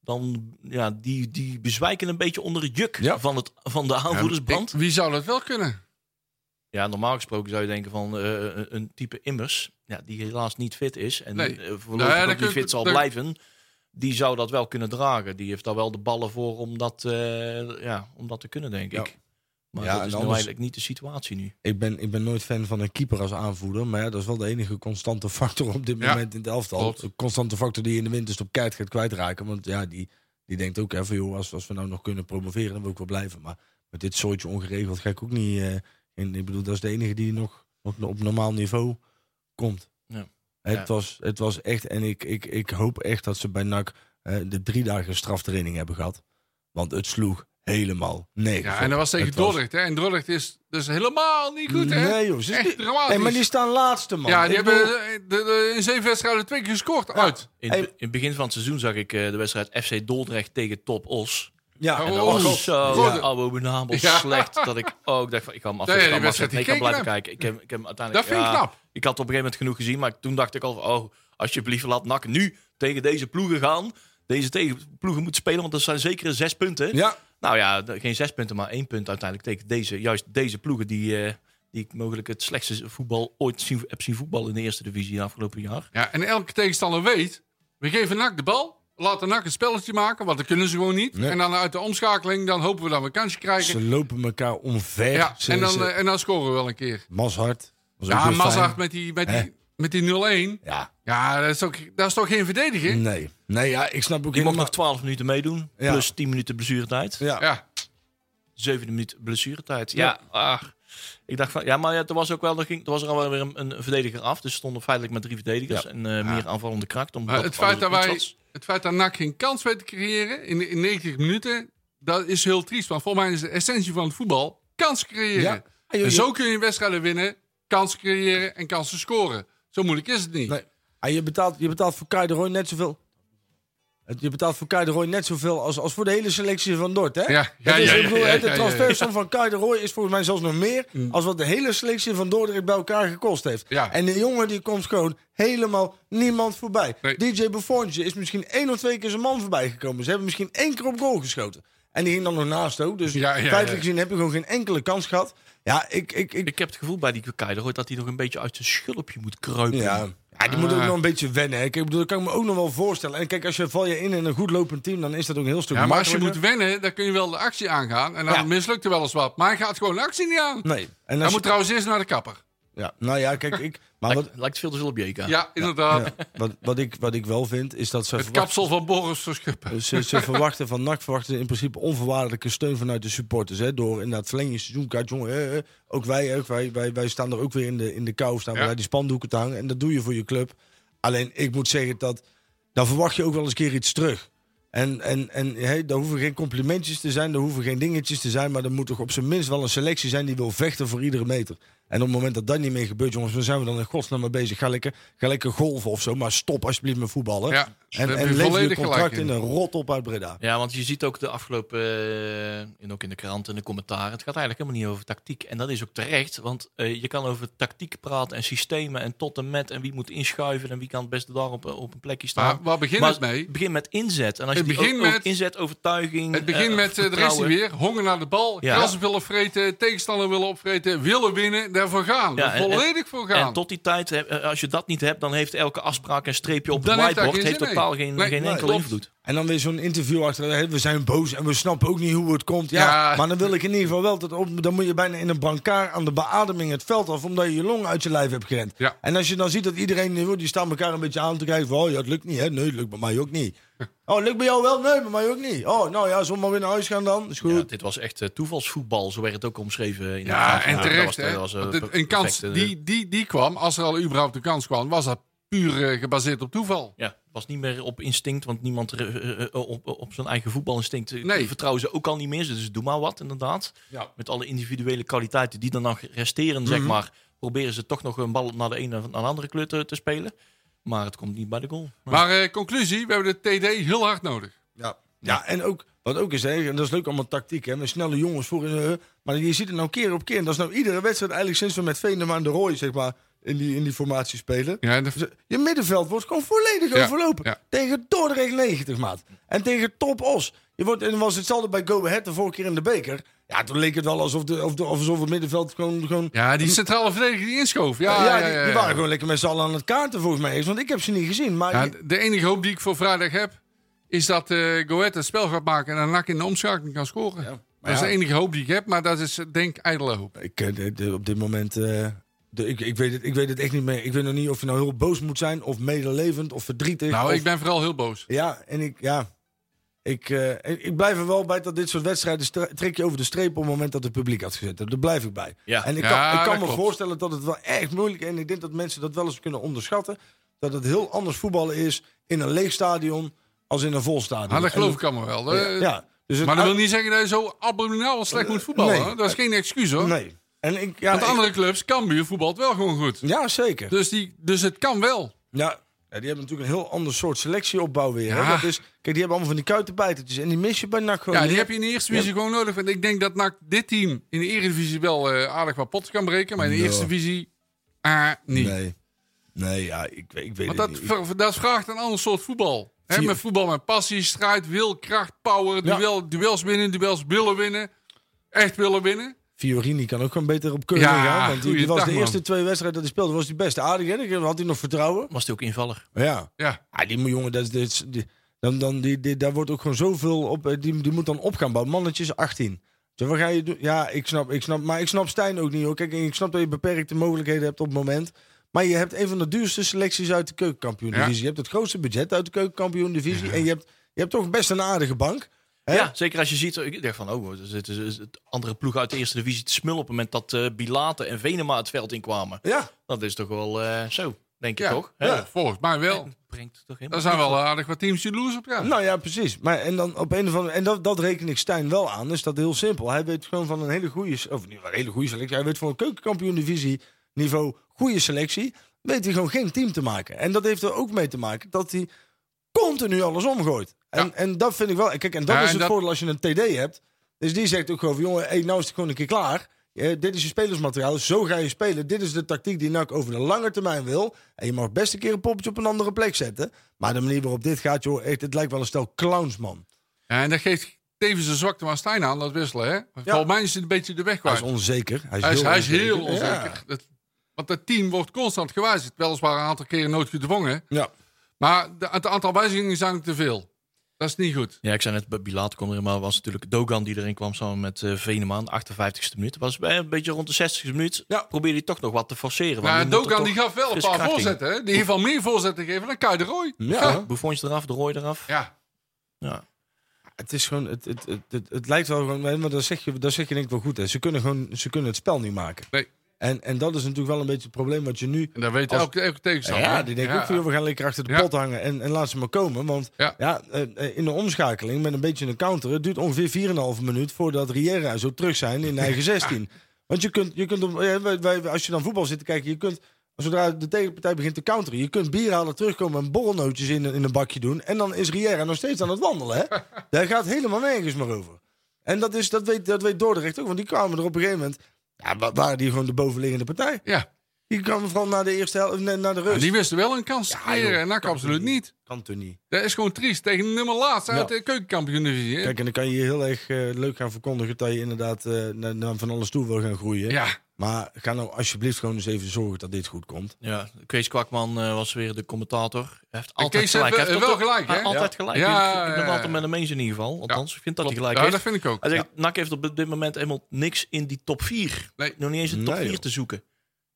D: Dan, ja, die, die bezwijken een beetje onder het juk
E: Ja.
D: van, het, van de aanvoerdersband.
C: Ik- wie zou dat wel kunnen?
D: Ja, normaal gesproken zou je denken van eh, een- een type immers, ja, die helaas niet fit is en
C: Nee.
D: eh,
C: Nou
D: voorlopig
C: ja, dan
D: ook
C: kun
D: niet
C: je-
D: fit zal
C: dan-
D: blijven, die zou dat wel kunnen dragen. Die heeft daar wel de ballen voor om dat, eh, ja, om dat te kunnen, denk
E: Ja.
D: ik. Maar
E: Ja,
D: dat
E: en
D: is nou
E: anders-
D: eigenlijk niet de situatie nu.
E: Ik ben, ik ben nooit fan van een keeper als aanvoerder. Maar ja, dat is wel de enige constante factor op dit
C: Ja,
E: moment in het elftal.
C: klopt.
E: Een constante factor die je in de winterstop keihard gaat kwijtraken. Want ja, die, die denkt ook even, joh, als, als we nou nog kunnen promoveren, dan wil ik wel blijven. Maar met dit soortje ongeregeld ga ik ook niet... eh, en ik bedoel, dat is de enige die nog op, op normaal niveau komt.
D: Ja.
E: Het,
D: Ja.
E: Was, het was echt... En ik, ik, ik hoop echt dat ze bij NAC eh, de drie dagen straftraining hebben gehad. Want het sloeg helemaal nergens
C: Ja,
E: op.
C: en dat was tegen
E: Het was-
C: Dordrecht. Hè? En Dordrecht is dus helemaal niet goed, hè?
E: Nee, joh. Ze
C: Echt
E: die-
C: dramatisch.
E: Hey, maar die staan laatste, man.
C: ja, die
E: Ik
C: hebben
E: bedoel-
C: eh, de- de- in zeven wedstrijden twee keer gescoord uit.
D: In,
E: Hey.
D: in het begin van het seizoen zag ik eh, de wedstrijd FC Dordrecht tegen Top Os.
E: Ja,
C: Oh,
D: En dat
C: oh,
D: was
C: God.
D: zo
C: Ja.
D: abominabel
C: Ja.
D: slecht dat ik ook dacht van, ik kan hem af,
C: Ja, ja,
D: ik
C: die
D: kan
C: wedstrijd
D: hem afzetten. Nee, ik kan
C: gekeken
D: blijven kijken. Ik heb, ik heb hem uiteindelijk,
C: Dat vind ik
D: ja,
C: knap.
D: Ik had op een gegeven moment genoeg gezien, maar toen dacht ik al van, oh, alsjeblieft laat NAC nu tegen deze ploegen gaan. Deze tegen ploegen moeten spelen, want dat zijn zeker zes punten.
E: ja.
D: Nou ja, d- geen zes punten, maar één punt uiteindelijk tegen deze, juist deze ploegen die, eh, die ik mogelijk het slechtste voetbal ooit zien, heb zien voetbal in de eerste divisie in de afgelopen jaar.
C: Ja, en elke tegenstander weet, we geven NAC de bal, laten NAC een spelletje maken, want dat kunnen ze gewoon niet.
E: Nee.
C: En dan uit de omschakeling, dan hopen we dat we een kansje krijgen.
E: Ze lopen elkaar omver.
C: Ja,
E: Ze-
C: en dan,
E: ze-
C: eh, en dan scoren we wel een keer.
E: Mazhart. was ook
C: Ja,
E: weer
C: Mazart
E: fijn.
C: met die, met
E: Hè?
C: die, met die 0-1.
E: Ja,
C: Ja, dat is, ook, dat is toch geen verdediger?
E: nee. Nee, ja, ik snap
D: Die
E: ook
D: mocht
E: helemaal...
D: nog 12 minuten meedoen,
E: Ja.
D: plus 10 minuten blessuretijd.
E: Ja.
C: Ja,
D: zevende minuut blessuretijd. Ja, ach. Ik dacht van, ja, maar ja, er was ook wel, er, ging, er was er alweer een, een verdediger af. Dus stonden feitelijk met drie verdedigers en eh, meer aanvallende kracht. Omdat
C: maar het feit, dat
D: alles iets
C: wij,
D: was.
C: het feit dat NAC geen kans weet te creëren in, in 90 minuten, dat is heel triest. Want volgens mij is de essentie van het voetbal kans creëren.
E: Ja. Ah, En je-
C: En zo kun je wedstrijden winnen, kansen creëren en kansen scoren. Zo moeilijk is het niet.
E: Nee. Ah, je, betaalt, je betaalt voor Kai de Roy net zoveel... Het- Je betaalt voor Kai de Roy net zoveel als, als voor de hele selectie van Dort, hè?
C: Ja, ja,
E: Dat is,
C: ja,
E: ik
C: ja,
E: bedoel,
C: ja,
E: het-
C: ja,
E: De
C: ja, Mm.
E: transfersom van Kai de Roy is volgens mij zelfs nog meer... als wat de hele selectie van Dordrecht bij elkaar gekost heeft.
C: Ja.
E: En de jongen die komt gewoon helemaal niemand voorbij.
C: Nee.
E: DJ Buffontje is misschien één of twee keer zijn man voorbij gekomen. Ze hebben misschien één keer op goal geschoten. En die ging dan nog naast ook. Dus
C: Ja, ja, ja.
E: feitelijk gezien heb je gewoon geen enkele kans gehad. Ja, ik... ik, ik,
D: Ik heb het gevoel bij die Keiler dat hij nog een beetje uit zijn schulpje moet kruipen.
E: ja. Ja,
C: Ah.
E: die moet ook nog een beetje wennen. Hè. Kijk, Ik bedoel, dat kan ik me ook nog wel voorstellen. En kijk, als je val je in in een goed lopend team, dan is dat ook een heel stuk
C: Ja, maar als je moet
E: makkelijker.
C: wennen, dan kun je wel de actie aangaan. En dan
E: Ja.
C: mislukt er wel eens wat. Maar hij gaat gewoon de actie niet aan.
E: Nee. En
C: Hij
E: als
C: moet
E: je-
C: trouwens eerst naar de kapper.
E: Ja, nou ja, kijk, ik. Maar wat,
D: Lijkt, lijkt veel te veel op Jeka.
C: Ja, inderdaad.
E: ja, wat, wat, ik, wat ik wel vind, is dat ze.
C: Het
E: verwacht-
C: kapsel van Boris Verschuppen.
E: Ze, Dus, eh, ze verwachten van NAC verwachten ze in principe onvoorwaardelijke steun vanuit de supporters. Hè, door inderdaad verlenging seizoenkaart. Jongen, hè, hè, ook wij, ook wij, wij, wij staan er ook weer in de, in de kou. Staan we
C: Ja.
E: bij die spandoeken te hangen. En dat doe je voor je club. Alleen ik moet zeggen dat. Dan verwacht je ook wel eens een keer iets terug. En, en, en hè, daar hoeven geen complimentjes te zijn. Daar hoeven geen dingetjes te zijn. Maar er moet toch op zijn minst wel een selectie zijn die wil vechten voor iedere meter. En op het moment dat dat niet meer gebeurt, jongens, waar zijn we dan in godsnaam mee bezig? Ga lekker, ga lekker golven of zo. Maar stop alsjeblieft met voetballen.
C: Ja, daar heb
E: En, en
C: je
E: lever je
C: volledig gelijk
E: contract
C: in.
E: in een rot op uit Breda.
D: Ja, want je ziet ook de afgelopen, eh, en ook in de krant en de commentaren, het gaat eigenlijk helemaal niet over tactiek. En dat is ook terecht, want eh, je kan over tactiek praten en systemen en tot en met en wie moet inschuiven en wie kan het beste daar op, op een plekje staan.
C: Maar waar begint het mee?
D: begin met inzet. En als je
C: Het
D: die
C: begint
D: ook- ook
C: met-
D: inzet, overtuiging,
C: Het begint
D: eh,
C: met, eh, er is hij
D: vertrouwen.
C: weer, honger naar de bal,
D: Ja.
C: gras willen vreten, tegenstander willen opvreten, willen winnen, daarvoor gaan.
D: Ja, en- en-
C: volledig voor gaan.
D: En tot die tijd, eh, als je dat niet hebt, dan heeft elke afspraak en streepje op
C: Dan
D: het
C: heeft daar
D: whiteboard heeft
C: geen zin
D: totaal
C: in.
D: geen,
C: Nee,
D: geen
C: nee,
D: enkele
C: klopt.
D: invloed.
E: En dan weer zo'n interview achter. hè, We zijn boos en we snappen ook niet hoe het komt. Ja,
C: Ja.
E: maar dan wil ik in ieder geval wel dat op, dan moet je bijna in een brancard aan de beademing het veld af, omdat je je long uit je lijf hebt gerend.
C: Ja.
E: En als je dan ziet dat iedereen eh, die staan elkaar een beetje aan te kijken van, oh ja, het lukt niet, hè? Nee, het lukt bij mij ook niet. Oh, lukt bij jou wel? Nee, bij mij ook niet. Oh, nou ja, zullen we maar weer naar huis gaan dan? Is goed.
D: Ja, dit was echt eh, toevalsvoetbal, zo werd het ook omschreven. In de
C: Ja,
D: krant.
C: en
D: dat
C: terecht.
D: was- dat
C: hè.
D: was, eh,
C: Want het- een
D: perfect,
C: kans
D: eh,
C: die, die, die kwam, als er al überhaupt een kans kwam, was dat puur eh, gebaseerd op toeval.
D: Ja, het was niet meer op instinct, want niemand eh, eh, eh, op, op zijn eigen voetbalinstinct eh,
C: Nee.
D: vertrouwen ze ook al niet meer. Dus doe maar wat, inderdaad.
C: Ja. Mhm.
D: Met alle individuele kwaliteiten die dan nog resteren, zeg maar, proberen ze toch nog een bal naar de ene of naar de andere kleur te, te spelen. Maar het komt niet bij de goal.
C: Maar eh, conclusie, we hebben de TD heel hard nodig.
E: Ja. ja, en ook, wat ook is, hè, en dat is leuk allemaal tactiek, hè, met snelle jongens voor. eh, maar je ziet het nou keer op keer. En dat is nou iedere wedstrijd eigenlijk sinds we met Veendam aan de Roy, zeg maar, in die, in die formatie spelen.
C: Ja, en de-
E: Dus Je middenveld wordt gewoon volledig
C: Ja,
E: overlopen.
C: ja.
E: Tegen Dordrecht 90, maat. En tegen Top Os. Je wordt, en was hetzelfde bij Go Ahead de vorige keer in de beker. Ja, toen leek het wel alsof, de, of de, of alsof het middenveld gewoon... gewoon
C: Ja, die centrale verdediger die inschoof.
E: ja,
C: Ja, ja,
E: die,
C: ja,
E: die
C: ja.
E: waren gewoon lekker met z'n allen aan het kaarten volgens mij. eens, Want ik heb ze niet gezien. Maar
C: Ja, de enige hoop die ik voor vrijdag heb, is dat eh Goethe het spel gaat maken en dan NAC in de omschakeling kan scoren.
E: Ja, maar
C: dat is
E: ja.
C: de enige hoop die ik heb, maar dat is eh, denk ijdele hoop.
E: Ik, eh, de- de- op dit moment. eh, de, ik, ik, weet het, ik weet het echt niet meer. Ik weet nog niet of je nou heel boos moet zijn, of medelevend, of verdrietig.
C: Nou,
E: of-
C: ik ben vooral heel boos.
E: Ja, en ik. Ja, ik, eh, ik, ik blijf er wel bij dat dit soort wedstrijden stra- trek je over de streep op het moment dat het publiek had gezet. Daar blijf ik bij.
D: Ja.
E: en ik kan,
C: Ja,
E: ik kan
C: dat
E: me
C: klopt.
E: voorstellen dat het wel echt moeilijk is. En ik denk dat mensen dat wel eens kunnen onderschatten. Dat het heel anders voetballen is in een leeg stadion als in een vol stadion.
C: Maar Ah, Nou, dat
E: En
C: geloof ik allemaal wel. Eh,
E: Ja, dus het
C: Maar dat
E: uit-
C: wil niet zeggen dat je zo abominabel slecht moet voetballen.
E: Nee.
C: hoor. Dat is geen excuus hoor.
E: Nee. En ik, ja,
C: Want
E: ik-
C: andere clubs, Cambuur voetbalt wel gewoon goed.
E: ja, zeker.
C: Dus, die, dus het kan wel.
E: Ja, ja, die hebben natuurlijk een heel ander soort selectieopbouw weer. hè.
C: Ja.
E: Dat is, kijk, die hebben allemaal van die kuitenbijtertjes. En die mis je bij NAC gewoon.
C: Ja, die
E: niet.
C: heb je in de eerste divisie gewoon nodig. Want ik denk dat NAC dit team in de Eredivisie wel eh, aardig wat potten kan breken. Maar in de
E: Ja.
C: eerste divisie ah, niet.
E: Nee, nee ja, ik, weet- ik weet
C: Want
E: het
C: dat,
E: niet.
C: ver- dat vraagt een ander soort voetbal. Hè,
E: Vier-
C: met voetbal met passie, strijd, wil, kracht, power.
E: Ja.
C: Duel, duels winnen, duels willen winnen. Echt willen winnen.
E: Fiorini kan ook gewoon beter op kunnen
C: Ja,
E: gaan. Want die, die was
C: goeiedag,
E: de
C: man.
E: eerste twee wedstrijden dat hij speelde, was die best aardig. Hè? Dan had hij nog vertrouwen.
D: Was hij ook invaller?
E: Ja,
C: Ja.
E: ah, die moet- jongen, dat, is- dit is- die, dan, dan, die, die, daar wordt ook gewoon zoveel op. eh, Die, die moet dan op gaan bouwen. Mannetjes 18. Zo, wat ga je doen? Ja, ik snap, ik snap. Maar ik snap Stijn ook niet hoor. Kijk, en ik snap dat je beperkte mogelijkheden hebt op het moment. Maar je hebt een van de duurste selecties uit de keukenkampioen-divisie.
C: Ja.
E: Je hebt het grootste budget uit de keukenkampioen-divisie. En je hebt, je hebt toch best een aardige bank. Hè?
D: Ja, zeker als je ziet. Ik dacht van, oh, het is- het is het andere ploeg uit de eerste divisie te smullen op het moment dat eh Bilate en Venema het veld inkwamen.
E: Ja.
D: Dat is toch wel eh, zo, denk ik
C: Ja.
D: toch?
C: Ja, Volgens mij wel.
D: Brengt toch
C: Er
D: helemaal
C: zijn wel aardig wat teams die loes op ja.
E: Nou ja, precies. Maar en dan op een of andere en dat, dat reken ik Stijn wel aan. Is dat heel simpel. Hij weet gewoon van een hele goede, se- of niet een hele goede selectie. Hij weet van een keukenkampioen-divisie niveau goede selectie. Weet hij gewoon geen team te maken. En dat heeft er ook mee te maken dat hij continu alles omgooit. En,
C: Ja.
E: en dat vind ik wel. Kijk, en dat
C: Ja,
E: is
C: en
E: het
C: dat-
E: voordeel als je een TD hebt. Dus die zegt ook gewoon van, jongen, hey, nou is het gewoon een keer klaar. Eh, dit is je spelersmateriaal, zo ga je spelen. Dit is de tactiek die NAC over de lange termijn wil. En je mag best een keer een poppetje op een andere plek zetten. Maar de manier waarop dit gaat, joh, echt, het lijkt wel een stel clowns, man.
C: Ja, en dat geeft tevens de zwakte van Stijn aan, dat wisselen. Hè? Volgens mij is het een beetje de weg
E: Hij
C: kwijt.
E: is onzeker. Hij is,
C: Hij is,
E: heel
C: hij is heel
E: onzeker.
C: onzeker. Dat- want dat team wordt constant gewijzigd. Weliswaar een aantal keren noodgedwongen.
E: Ja. ja.
C: Maar de- het aantal wijzigingen zijn te veel. Dat is niet goed.
D: Ja, ik zei net, Bilater kwam erin, maar was natuurlijk Dogan die erin kwam samen met eh, Veneman, 58ste minuut. Was bij een beetje rond de 60ste minuut.
C: Ja.
D: Probeerde hij toch nog wat te forceren. want
C: Nou,
D: je moet er
C: Dogan
D: toch
C: die gaf wel een
D: frisse
C: paar
D: kracht in.
C: voorzetten. Hè? Die heeft al meer voorzetten gegeven dan Kai de Roy.
E: Ja.
D: Buffons eraf, de Roy eraf.
C: Ja.
D: Ja.
E: Het is gewoon, het, het, het, het, het lijkt wel gewoon, nee, maar dat zeg je, dat zeg je denk ik wel goed. Hè. Ze kunnen gewoon, ze kunnen het spel niet maken.
C: Nee.
E: En, en dat is natuurlijk wel een beetje het probleem wat je nu...
C: En dat weet
E: Als-
C: elke, elke
E: Ja,
C: tegenstander. hè?
E: die denken
C: Ja.
E: ook, joh, we gaan lekker achter de
C: Ja.
E: pot hangen en, en laat ze maar komen. Want
C: Ja.
E: ja. eh, eh, in de omschakeling met een beetje een counter, het duurt ongeveer 4,5 minuut voordat Riera en zo terug zijn in de eigen 16. Want je kunt, je kunt op- eh, wij- wij- als je dan voetbal zit te kijken, je kunt, zodra de tegenpartij begint te counteren, je kunt bier halen, terugkomen en borrelnootjes in, een- in een bakje doen. En dan is Riera nog steeds aan het wandelen. Hè? Daar gaat helemaal nergens meer over. En dat, is, dat, weet, dat weet Dordrecht ook, want die kwamen er op een gegeven moment. Ja, wa- waren die gewoon de bovenliggende partij?
C: Ja.
E: Die kwamen vooral naar de eerste helft, eh, naar de rust.
C: Ja, die wisten wel een kans te creëren.
E: joh,
C: en NAC
E: kan
C: absoluut
E: toch
C: niet.
E: Kan toch niet.
C: Dat is gewoon triest. Tegen de nummer laatst uit
E: Ja.
C: de keukenkampioen-divisie. hè?
E: Kijk, en dan kan je heel erg eh, leuk gaan verkondigen dat je inderdaad eh, naar, naar van alles toe wil gaan groeien.
C: Ja.
E: Maar ga nou alsjeblieft gewoon eens even zorgen dat dit goed komt.
D: Ja, Kees Kwakman eh, was weer de commentator. Hij heeft altijd
C: Kees
D: gelijk.
C: heeft
D: Hij heeft
C: wel
D: ook-
C: gelijk, hè?
D: hij heeft Altijd gelijk.
C: Ja,
D: ik, ik ben
C: ja, ja.
D: altijd met hem eens in ieder geval. Althans, ik vind dat hij gelijk
C: Ja,
D: heeft.
C: dat vind ik ook.
D: Hij zegt, NAC heeft op dit moment helemaal niks in die top 4.
C: Nee.
D: Nog niet eens een top
E: Nee,
D: 4
E: joh.
D: te zoeken.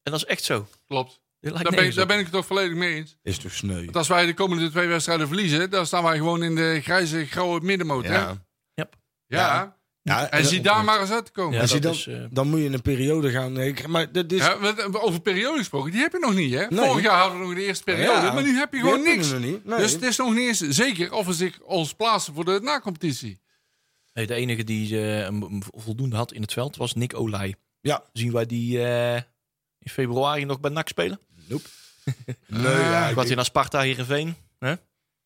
D: En dat is echt zo.
C: Klopt.
D: Dit lijkt
C: Daar ben,
D: nergens
C: ik- daar
D: op.
C: ben ik het toch volledig mee eens.
E: Is toch sneu.
C: Want als wij de komende twee wedstrijden verliezen, dan staan wij gewoon in de grijze, grauwe middenmoot. hè? Ja.
D: Yep.
C: ja.
E: Ja, eh,
C: En zie daar maar eens uit te komen.
D: Ja,
E: En
D: dat
E: zie dan,
D: is, eh,
E: dan moet je in een periode gaan. nee, ik- maar dit is.
C: Ja, want eh, over periode gesproken, die heb je nog niet, hè?
E: Dus- Nee.
C: Vorig jaar hadden we nog de eerste periode,
E: Ja.
C: maar nu heb je
E: Die
C: gewoon
E: hebben we
C: niks.
E: nog niet. Nee.
C: Dus het is nog niet eens zeker of we zich ons plaatsen voor de nacompetitie.
D: nee, de enige die eh, hem- hem voldoende had in het veld was Nick Olij.
E: Ja.
D: Zien wij die eh, in februari nog bij NAC spelen?
E: Nee, ja, ik-
D: Ah, Wat in Asparta, Heerenveen. Hè?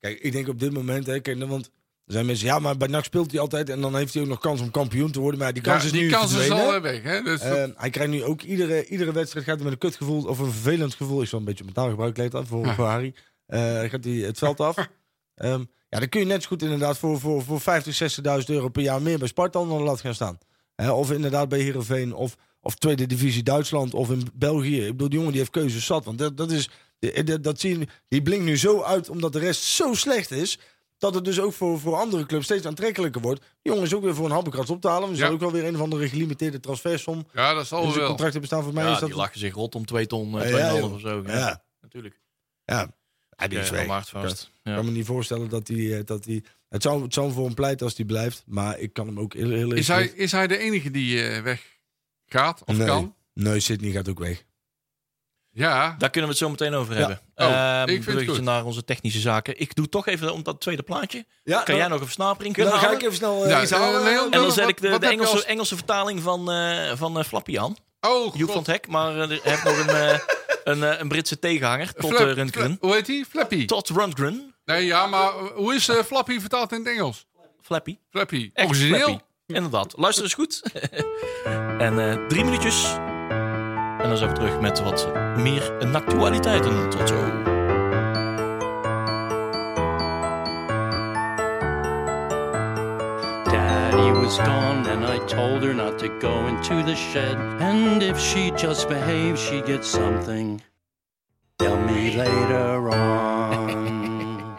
E: Kijk, ik denk op dit moment. Hè, kijk, nou, want er zijn mensen. Ja, maar bij NAC speelt hij altijd. En dan heeft hij ook nog kans om kampioen te worden. Maar die kans
C: Ja,
E: is
C: die
E: nu
C: kans is
E: verdwenen.
C: al weg, hè? Dus dat-
E: Eh, hij krijgt nu ook iedere, iedere wedstrijd gaat hij met een kutgevoel of een vervelend gevoel. Ik zal een beetje mentaal gebruik leed af voor, voor Harry. Eh, gaat hij het veld af. Ehm, ja, dan kun je net zo goed inderdaad voor, voor, voor 50, 60.000 euro per jaar meer bij Sparta dan de lat gaan staan. Hè, of inderdaad bij Heerenveen of, of tweede divisie Duitsland of in België. Ik bedoel, die jongen die heeft keuzes zat. Want dat, dat is, eh, dat, dat zie je, die blinkt nu zo uit omdat de rest zo slecht is. Dat het dus ook voor, voor andere clubs steeds aantrekkelijker wordt. Die jongen is ook weer voor een halve op te halen. We zijn
C: Ja.
E: ook wel weer een of andere gelimiteerde transfersom.
C: ja, dat zal
E: Dus de
C: Oh, wel.
E: contracten bestaan voor mij.
D: Ja,
E: is dat
D: die lachen zich rot om 2 ton,
E: Ja,
D: eh, 2,5
E: joh.
D: of zo. Ja,
E: Ja,
D: natuurlijk.
E: ja. Hij
D: Ja,
E: weg.
D: van Maart vast.
E: Ik
D: Ja.
E: kan me niet voorstellen dat hij... eh, Dat hij het, zou, het zou voor hem pleiten als hij blijft. Maar ik kan hem ook heel, heel
C: Is hij, is hij de enige die eh, weg gaat of
E: nee.
C: kan?
E: Nee, Sidney gaat ook weg.
C: Ja.
D: Daar kunnen we het zo meteen over
E: Ja.
D: hebben.
C: Oh,
D: Ehm,
C: ik vind het
D: bruggetje
C: goed.
D: naar onze technische zaken. Ik doe toch even om dat tweede plaatje.
E: Ja,
D: kan jij nog een versnapering
E: Dan
D: kunnen
E: ga
D: halen?
E: ik even snel eh,
C: Ja,
E: iets
C: eh,
E: halen.
C: Leon,
D: Nou, En dan
C: Wat-
D: zet ik de,
C: wat
D: de
C: heb je
D: Engelse,
C: als-
D: Engelse vertaling van, eh, van eh, Flappy aan.
C: Oh,
D: Joep van
C: God.
D: het Hek, maar eh, er heeft nog een, eh, een, eh, een Britse tegenhanger. Tot
C: Flap-
D: eh, Rundgren.
C: Fla- Hoe heet hij? Flappy.
D: Tot Rundgren.
C: Nee, ja, maar eh, hoe is eh, Flappy vertaald in het Engels?
D: Flappy.
C: Flappy.
D: Echt
C: Origineel.
D: Flappy. Inderdaad. Luister eens goed. en eh, drie minuutjes. En dan zijn we terug met wat meer actualiteiten. Tot zo.
F: Daddy was gone, and I told her not to go into the shed. And if she just behaves, she gets something. Tell me later on.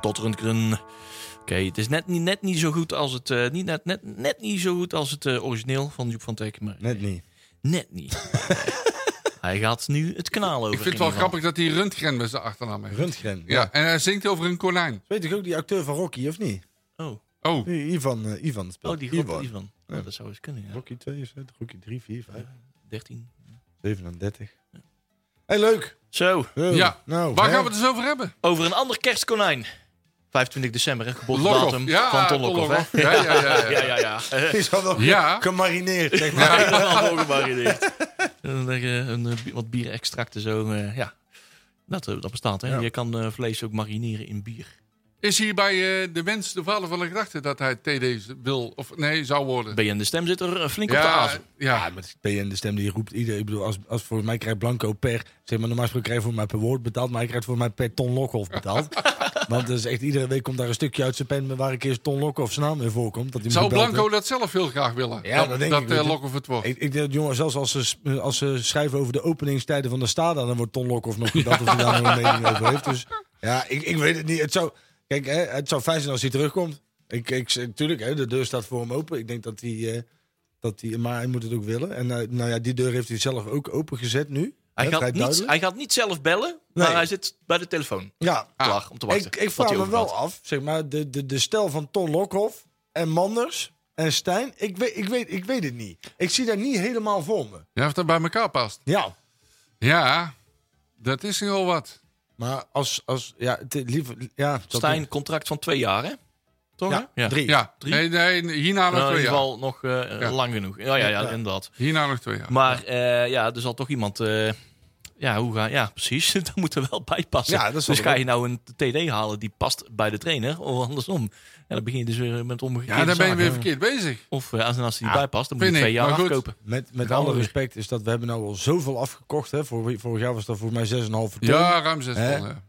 D: Tot Röntgen. Oké, het is net, niet- net niet zo goed als het, eh, niet net, net, net niet zo goed als het eh, origineel van Joep van Teck, maar
E: Net niet.
D: net niet. Hij gaat nu het kanaal over.
C: Ik vind het wel grappig dat hij Rundgren met zijn achternaam heeft.
E: Röntgen.
C: Ja, en hij zingt over een konijn.
E: Weet je ook die acteur van Rocky, of niet?
D: Oh,
C: Oh,
E: I- Ivan, eh, Ivan speelt.
D: oh die groep
E: Ivan.
D: Ivan. Oh, dat zou eens kunnen, ja.
E: Rocky 2 is het. Rocky 3, 4, 5,
D: 13.
E: 37. Hey, leuk.
D: Zo,
E: Zo,
C: ja.
E: Nou,
C: Waar
E: hè?
C: gaan we het dus over hebben?
D: over een ander kerstkonijn. 25 december, hè,
C: Lokhoff.
D: geboortedatum
C: Ja,
D: van Ton Lokhoff, hè?
C: Lokhoff. Ja, ja, ja. ja.
D: Ja, ja, Eh, ja.
E: Die is al wel
C: Ja.
E: gemarineerd, zeg maar.
D: Helemaal hoorbaar in dit. En dan leg je een, eh, bi- wat bierextracten zo, eh, ja. Dat, eh, dat bestaat, hè. Je kan eh, vlees ook marineren in bier.
C: Is hier bij eh, de wens de vader van de gedachte dat hij TD wil, of nee, zou worden?
D: Ben je in de stem zit er eh, flink op de
C: Ja,
D: azen.
C: ja.
E: Ja, met PN de stem die roept ieder. Ik bedoel, als, als voor mij krijgt Blanco per. Zeg maar, normaal gesproken krijg je voor mij per woord betaald. Maar hij krijgt voor mij per ton Lokhoff betaald. Want dat is echt, iedere week komt daar een stukje uit zijn pen. met Waar een keer ton Lokhoff zijn naam in voorkomt. Dat hij
C: Zou
E: moet bellen.
C: Blanco dat zelf heel graag willen?
E: Ja, dat denk ik,
C: Dat
E: weet
C: eh,
E: je.
C: Lokhoff het wordt.
E: Ik, ik denk, dat, jongen, zelfs als ze, s- als ze schrijven over de openingstijden van de Stada. dan wordt ton Lokhoff nog gedacht. of hij daar nog een mening over heeft. Dus ja, ik, ik weet het niet. Het zou. Kijk, hè, het zou fijn zijn als hij terugkomt. Ik, ik, tuurlijk, hè, de deur staat voor hem open. Ik denk dat hij... eh, dat hij, maar hij moet het ook willen. En eh, nou ja, die deur heeft hij zelf ook opengezet nu.
D: Hij
E: Hè,
D: gaat,
E: vrij
D: niet,
E: duidelijk.
D: hij gaat niet zelf bellen,
E: Nee.
D: maar hij zit bij de telefoon.
E: Ja,
C: Ah.
D: Klaar Ah, om te wachten.
E: Ik, ik
D: wat
E: vraag
D: hij
E: me
D: overvalt.
E: wel af, zeg maar, de, de, de stijl van Ton Lokhoff en Manders en Stijn. Ik weet, ik, weet, ik weet het niet. Ik zie dat niet helemaal voor me.
C: Ja, of dat bij elkaar past.
E: Ja,
C: Ja, dat is nogal wat.
E: maar als, als ja, het- liever, ja. dat-
D: Stijn, contract van twee jaar, hè? Toch?
E: Ja,
D: hè? ja.
E: drie.
C: Ja,
D: Drie?
C: nee, nee, hierna nog
D: Nou,
C: twee
D: in ieder
C: jaar.
D: geval nog eh,
C: Ja.
D: lang genoeg. Ja, ja, ja, inderdaad.
C: Hierna nog twee jaar.
D: Maar eh, ja, er zal toch iemand... eh, ja, hoe ga, ja, precies. Dat moet er wel bij passen.
E: Ja, dat is
D: dus
E: wel-
D: ga je nou een TD halen die past bij de trainer? Of andersom? Ja, dan begin je dus weer met omgekeerde
C: ja, daar ben je
D: zaken.
C: weer verkeerd bezig.
D: Of eh, als, en als die bij past, dan moet je
C: vind
D: twee
C: ik,
D: jaar
C: maar goed.
D: afkopen.
E: Met, met
D: Gaan we
E: alle
D: weer.
E: respect is dat we hebben nou al zoveel afgekocht. Hè. Vorig, vorig jaar was dat voor mij 6,5 ton.
C: Ja, ruim zes
E: Hè?
C: ton, ja.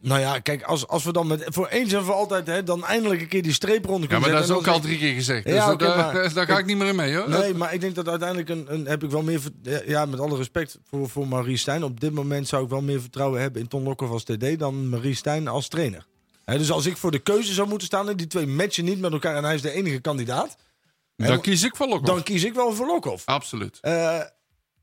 E: Nou ja, kijk, als, als we dan met, voor eens en voor altijd hè, dan eindelijk een keer die streep rond
C: Ja,
E: kunnen
C: maar dat is
E: zetten.
C: ook
E: En
C: al
E: dan
C: drie keer gezegd.
E: Ja,
C: Dus dat,
E: oké,
C: eh,
E: maar-
C: dus daar ga ik niet meer in mee, hoor.
E: Nee, maar ik denk dat uiteindelijk een, een, heb ik wel meer. ver- ja, Ja, met alle respect voor, voor Marie Stijn. Op dit moment zou ik wel meer vertrouwen hebben in Ton Lokhoff als TD dan Marie Stijn als trainer. Hè, dus als ik voor de keuze zou moeten staan en die twee matchen niet met elkaar en hij is de enige kandidaat,
C: dan kies ik voor Lokhoff.
E: dan kies ik wel voor Lokhoff.
C: Absoluut.
E: Eh,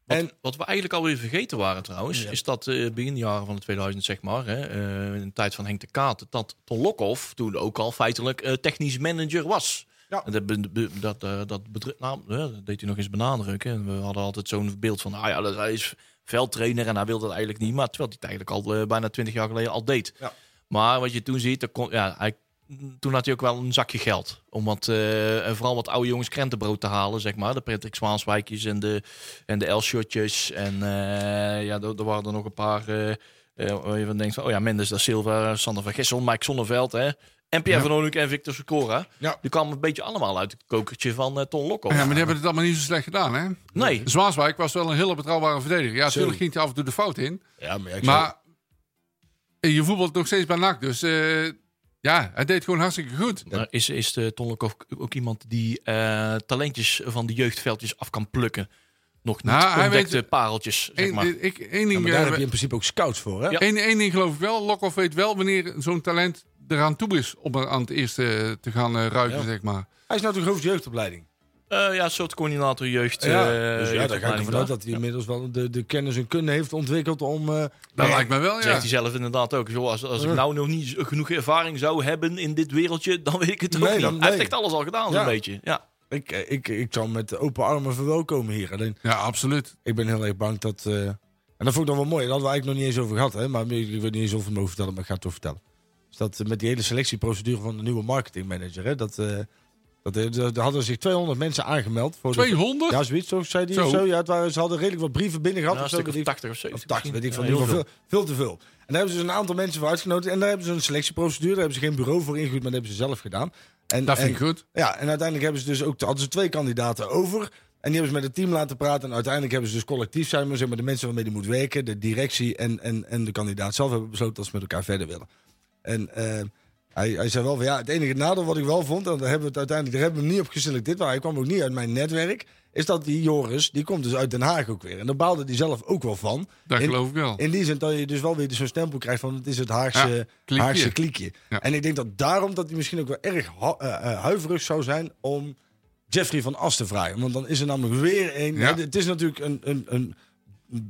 E: en
D: Wat we eigenlijk alweer vergeten waren trouwens, is dat eh begin jaren van de 2000, zeg maar, hè, eh, in de tijd van Henk de Kaat, dat Ton Lokhoff toen ook al feitelijk eh, technisch manager was.
E: Ja.
D: En Dat, be- be- dat, eh, dat bedrijf, nou, eh, dat deed hij nog eens benadrukken. En we hadden altijd zo'n beeld van, ah ja, dat hij is veldtrainer en hij wil dat eigenlijk niet. Maar terwijl hij het eigenlijk al eh, bijna twintig jaar geleden al deed.
E: Ja.
D: Maar wat je toen ziet, dat kon, ja, hij, toen had hij ook wel een zakje geld. Om wat, eh, en vooral wat oude jongens krentenbrood te halen, zeg maar. De Patrick Zwaanswijkjes en de, en de L-shotjes. En eh, ja, er er waren er nog een paar... eh eh, waar je van denkt van, oh ja, Mendes da Silva, Sander van Gessel, Mike Zonneveld, hè. En Pierre van Onuk en Victor Secora.
E: Ja.
D: Die kwamen een beetje allemaal uit het kokertje van eh, Ton Lokhoff.
C: Ja, maar die hebben het allemaal niet zo slecht gedaan, hè?
D: Nee.
C: Zwaanswijk was wel een hele betrouwbare verdediger. Ja, natuurlijk ging hij af en toe de fout in.
E: ja, maar, ja, ik zou-
C: Maar eh, je voetbalt nog steeds bij NAC. Dus eh, ja, hij deed gewoon hartstikke goed.
D: Maar is, is de Ton Lokhoff ook iemand die eh, talentjes van de jeugdveldjes af kan plukken? Nog niet
C: Nou, hij
D: ontdekte
C: weet-
D: pareltjes, zeg
C: Eén-
D: maar.
C: ik, één
E: ja,
C: ding,
E: maar daar
C: eh,
E: heb je in principe ook scouts voor. Hè?
D: Ja.
C: Eén, één ding geloof ik wel. Lokhoff weet wel wanneer zo'n talent eraan toe is om er aan het eerste te gaan eh, ruiken,
E: Ja.
C: zeg maar.
E: Hij is natuurlijk hoofd jeugdopleiding.
D: Eh, ja, een soort coördinator jeugd. eh,
E: dus ja, daar ga ik
D: jeugdopleiding,
E: ervan uit
D: toch?
E: dat hij inmiddels wel de, de kennis en kunde heeft ontwikkeld om. eh,
C: Dat lijkt me wel,
D: Dat
C: Oh, ja.
D: Zegt hij zelf inderdaad ook. Zo, als, als ik nou nog niet zo- genoeg ervaring zou hebben in dit wereldje, dan weet ik het ook
E: Nee,
D: niet.
E: dan-
D: Hij
E: nee.
D: heeft echt alles al gedaan,
E: Ja.
D: zo'n beetje. Ja.
E: ik, eh, ik, ik zou hem met open armen verwelkomen hier. Alleen
C: Ja, absoluut.
E: Ik ben heel erg bang dat. eh, en dat vond ik dan wel mooi. Daar hadden we eigenlijk nog niet eens over gehad. Hè? Maar ik ik weet niet eens of we het mogen vertellen, maar ik ga het toch vertellen. Dus dat eh, met die hele selectieprocedure van de nieuwe marketingmanager. Hè? Dat, eh, dat, eh, er- er hadden zich 200 mensen aangemeld. Voor de-
C: 200?
E: ja, zoiets toch, zei die
C: Zo.
E: of zo. Ja, het waren, ze hadden redelijk wat brieven binnen gehad.
D: Nou, een
E: of zo,
D: stuk of
E: weet ik-
D: 80 of 70.
E: of 80, weet ik van
D: Ja,
E: in ieder
D: heel
E: geval veel, veel te veel. En daar hebben ze dus een aantal mensen voor uitgenodigd. En daar hebben ze een selectieprocedure. Daar hebben ze geen bureau voor ingehuurd, maar dat hebben ze zelf gedaan. En,
C: Dat vind
E: en-
C: ik goed.
E: ja, en uiteindelijk hebben ze dus ook, hadden ze twee kandidaten over. En die hebben ze met het team laten praten. En uiteindelijk hebben ze dus collectief, zijn we, zeg maar, de mensen waarmee die moet werken, de directie en, en, en de kandidaat zelf hebben besloten dat ze met elkaar verder willen. En eh, hij, hij zei wel van ja, het enige nadeel wat ik wel vond, en daar hebben we het uiteindelijk, daar hebben we hem niet op geselecteerd, maar hij kwam ook niet uit mijn netwerk, is dat die Joris, die komt dus uit Den Haag ook weer. En daar baalde hij zelf ook wel van.
C: Dat
E: In-
C: geloof ik wel.
E: in die zin dat je dus wel weer zo'n stempel krijgt van het is het
C: Oh. Ja,
E: Haagse,
C: kliekje.
E: Haagse kliekje.
C: Ja.
E: En ik denk dat daarom dat hij misschien ook wel erg ha- eh, eh, huiverig zou zijn om Jeffrey van As te vragen. Want dan is er namelijk weer een...
C: Ja.
E: Het is natuurlijk een, een, een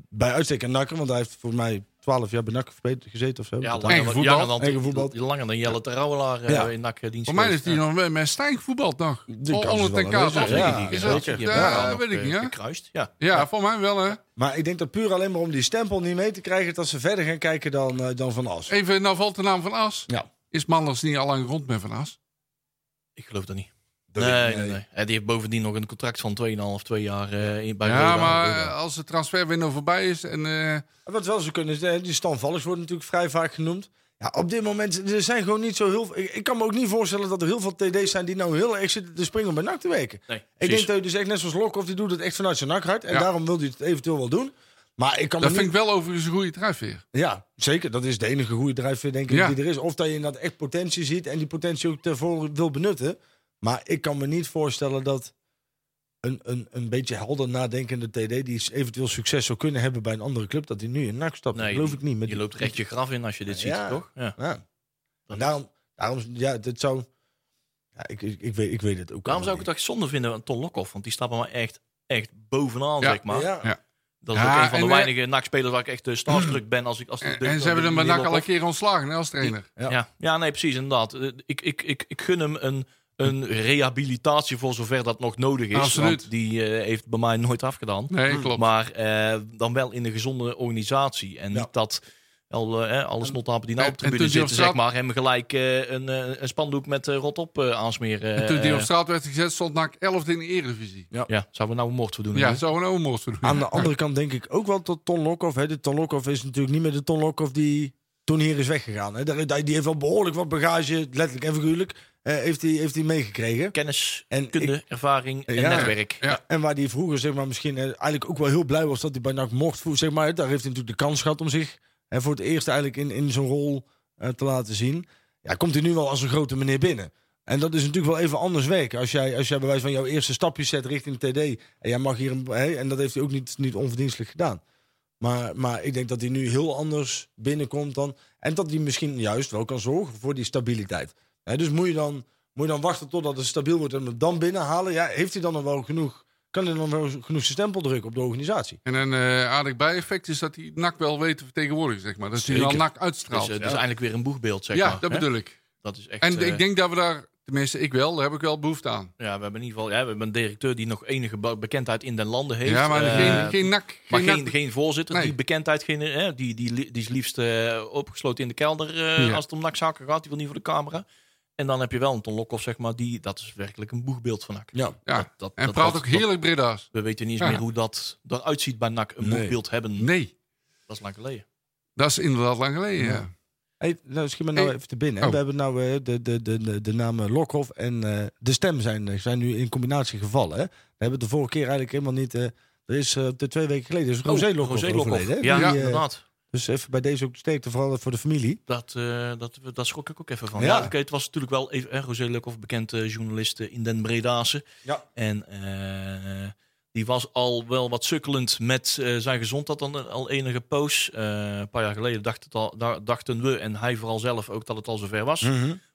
E: bij uitstek een nakker, want hij heeft voor mij 12 jaar bij NAC gespeeld- gezeten of zo.
D: Ja,
E: Dat-
C: lang.
D: langer, dan,
C: voetbal.
D: langer, dan,
E: Eigen voetbal.
D: langer dan Jelle Terouwelaar eh,
E: Ja.
D: in NAC-dienst.
C: Voor mij is die nog met Stijn voetbald nog.
E: Die kans is
C: Onder
E: wel
C: ten kaart.
E: aanwezig, ja.
C: Ja, is eh, dat-
D: Ja, eh,
C: ja, weet ik niet, hè?
D: Gekruist, ja.
C: Ja, voor mij wel, hè.
E: Maar ik denk dat puur alleen maar om die stempel niet mee te krijgen, dat ze verder gaan kijken dan, eh, dan van As.
C: Even, nou valt de naam van As.
E: Ja.
C: Is Manders niet al lang rond met Van As?
D: Ik geloof dat niet.
E: Dat
D: nee,
E: weet ik
D: nee,
E: niet.
D: nee. En die heeft bovendien nog een contract van 2,5, 2 jaar eh, in- bij
C: Ja,
D: Roda.
C: maar eh, als de transferwindow voorbij is en... eh,
E: Wat wel zou kunnen is, eh, die standvallers worden natuurlijk vrij vaak genoemd. Ja, op dit moment, er zijn gewoon niet zo heel veel... Ik, ik kan me ook niet voorstellen dat er heel veel TD's zijn die nou heel erg zitten te springen om bij NAC te werken.
D: Nee,
E: ik
D: precies.
E: denk dat je dus echt net zoals Lokhoff, die doet het echt vanuit zijn NAC hart. En
C: Ja.
E: daarom wil hij het eventueel wel doen. Maar ik kan me
C: dat vind ik wel overigens een goede drijfveer.
E: niet... Ja, zeker. Dat is de enige goede drijfveer denk ik
C: Ja.
E: die er is. Of dat je inderdaad echt potentie ziet en die potentie ook daarvoor wil benutten. Maar ik kan me niet voorstellen dat... Een, een, een beetje helder nadenkende TD die eventueel succes zou kunnen hebben bij een andere club, dat hij nu in NAC stapt.
D: Nee,
E: dat geloof ik niet. Met
D: je
E: die-
D: loopt recht je graf in als je dit ziet,
E: Ja.
D: toch? Ja.
E: Ja. En daarom, Daarom, ja, dit zou... Ja, ik, ik, ik weet, ik weet het
D: Daarom zou
E: ook
D: ik
E: allemaal
D: het echt zonde vinden aan Ton Lokhoff. Want die staat bij mij echt, echt bovenaan,
C: Ja.
D: zeg maar.
E: niet. Ja.
C: Ja.
D: Dat is
C: Ja,
D: ook een van de
C: en,
D: weinige NAC-spelers waar ik echt eh, starstruck ben. Als ik, als ik
C: En,
D: de-
C: en ze hebben hem bij
D: die
C: NAC al een
D: Lokhoff-
C: keer ontslagen hè, als trainer.
E: Ja.
D: Ja. ja, nee, precies, inderdaad. Eh, Ik, ik, ik, ik gun hem een, een rehabilitatie voor zover dat nog nodig is.
C: Absoluut.
D: Want die eh, heeft bij mij nooit afgedaan.
C: Nee, klopt.
D: Maar eh, dan wel in een gezonde organisatie. En
E: Ja.
D: niet dat al, eh, alle snottapen die nou op de
C: en- en
D: tribune
C: toen die op
D: zitten, zeg
C: straat-
D: maar, hem gelijk eh, een, eh, een spandoek met eh, rot op eh, aansmeren.
C: En toen die op
D: Eh,
C: straat werd gezet, stond NAC 11 in de Eredivisie.
D: ja, zouden we nou een moord voor doen?
C: Ja,
D: hè?
C: zou een overmoord voor doen.
E: Aan de andere kant denk ik ook wel tot Ton Lokhoff. Hè. De Ton Lokhoff is natuurlijk niet meer de Ton Lokhoff die toen hier is weggegaan. Hè. Daar- Die die heeft wel behoorlijk wat bagage, letterlijk en figuurlijk, eh, heeft hij heeft hij meegekregen.
D: Kennis,
E: En
D: kunde,
E: ik-
D: ervaring en
E: Ja.
D: netwerk.
C: Ja.
E: En waar die vroeger zeg maar, misschien eh, eigenlijk ook wel heel blij was dat hij bij NAC mocht. voelen, Zeg maar, hè. daar heeft hij natuurlijk de kans gehad om zich hè, voor het eerst eigenlijk in, in zo'n rol eh, te laten zien. Ja, komt hij nu wel als een grote meneer binnen. En dat is natuurlijk wel even anders werk. Als jij, als jij bij wijze van jouw eerste stapjes zet richting TD. En jij mag hier een, hè, en dat heeft hij ook niet, niet onverdienstelijk gedaan. Maar, maar ik denk dat hij nu heel anders binnenkomt dan. En dat hij misschien juist wel kan zorgen voor die stabiliteit. Hè, dus moet je, dan, moet je dan wachten totdat het stabiel wordt en hem dan binnenhalen. Ja, heeft hij dan nog wel genoeg? Kan hij dan wel genoeg zijn stempel drukken op de organisatie?
C: En een eh, aardig bijeffect is dat die NAC wel weet te vertegenwoordigen, zeg maar. Dat hij wel
E: Zeker.
C: NAC
D: Dus,
C: uitstraalt.
D: eh, dus eindelijk weer een boegbeeld, zeg
C: ja,
D: maar.
C: dat
D: hè?
C: bedoel ik.
D: Dat is echt,
C: En
D: eh,
C: ik denk dat we daar, tenminste ik wel, daar heb ik wel behoefte aan.
D: Ja, we hebben in ieder geval ja, we hebben een directeur die nog enige be- bekendheid in den landen heeft.
C: ja, maar
D: Eh,
C: geen, geen NAC.
D: maar
C: NAC
D: geen, geen voorzitter,
C: Nee.
D: die bekendheid, geen, hè, die, die, li- die is liefst eh, opgesloten in de kelder eh,
C: Ja.
D: als het om nakzaken gaat. Die wil niet voor de camera. En dan heb je wel een Ton Lokhoff, zeg maar, die, dat is werkelijk een boegbeeld van NAC.
E: Ja.
C: ja.
D: dat- dat-
C: en
D: dat-
C: praat
D: dat-
C: ook heerlijk Breda's.
D: We weten niet eens
C: Ja.
D: meer hoe dat eruit ziet bij NAC, een
E: Nee.
D: boegbeeld hebben.
C: Nee,
D: Dat is lang geleden.
C: dat is inderdaad lang geleden. Ja.
E: Hey, nou, schiet me nou
C: Hey.
E: even te binnen. hè.
C: Oh.
E: We hebben nou eh, de, de, de, de, de namen Lokhoff en eh, de stem zijn, eh, zijn nu in combinatie gevallen. Hè? We hebben het de vorige keer eigenlijk helemaal niet... eh, er is eh, de twee weken geleden is Rosé
D: Oh,
E: Lokhoff
D: Rosé Lokhoff.
E: overleden. hè?
D: Ja,
E: Die, eh,
D: inderdaad.
E: dus even bij deze ook de steekte, vooral voor de familie.
D: Dat, eh, dat, dat schrok ik ook even van.
E: Ja.
D: Ja. oké, het was natuurlijk wel even, hè, José Lukhoff, bekend eh, journalist eh, in Den Bredase.
E: Ja.
D: En eh, die was al wel wat sukkelend met eh, zijn gezondheid dan eh, al enige poos. Eh, een paar jaar geleden dacht het al, da- dachten we en hij vooral zelf ook dat het al zover was.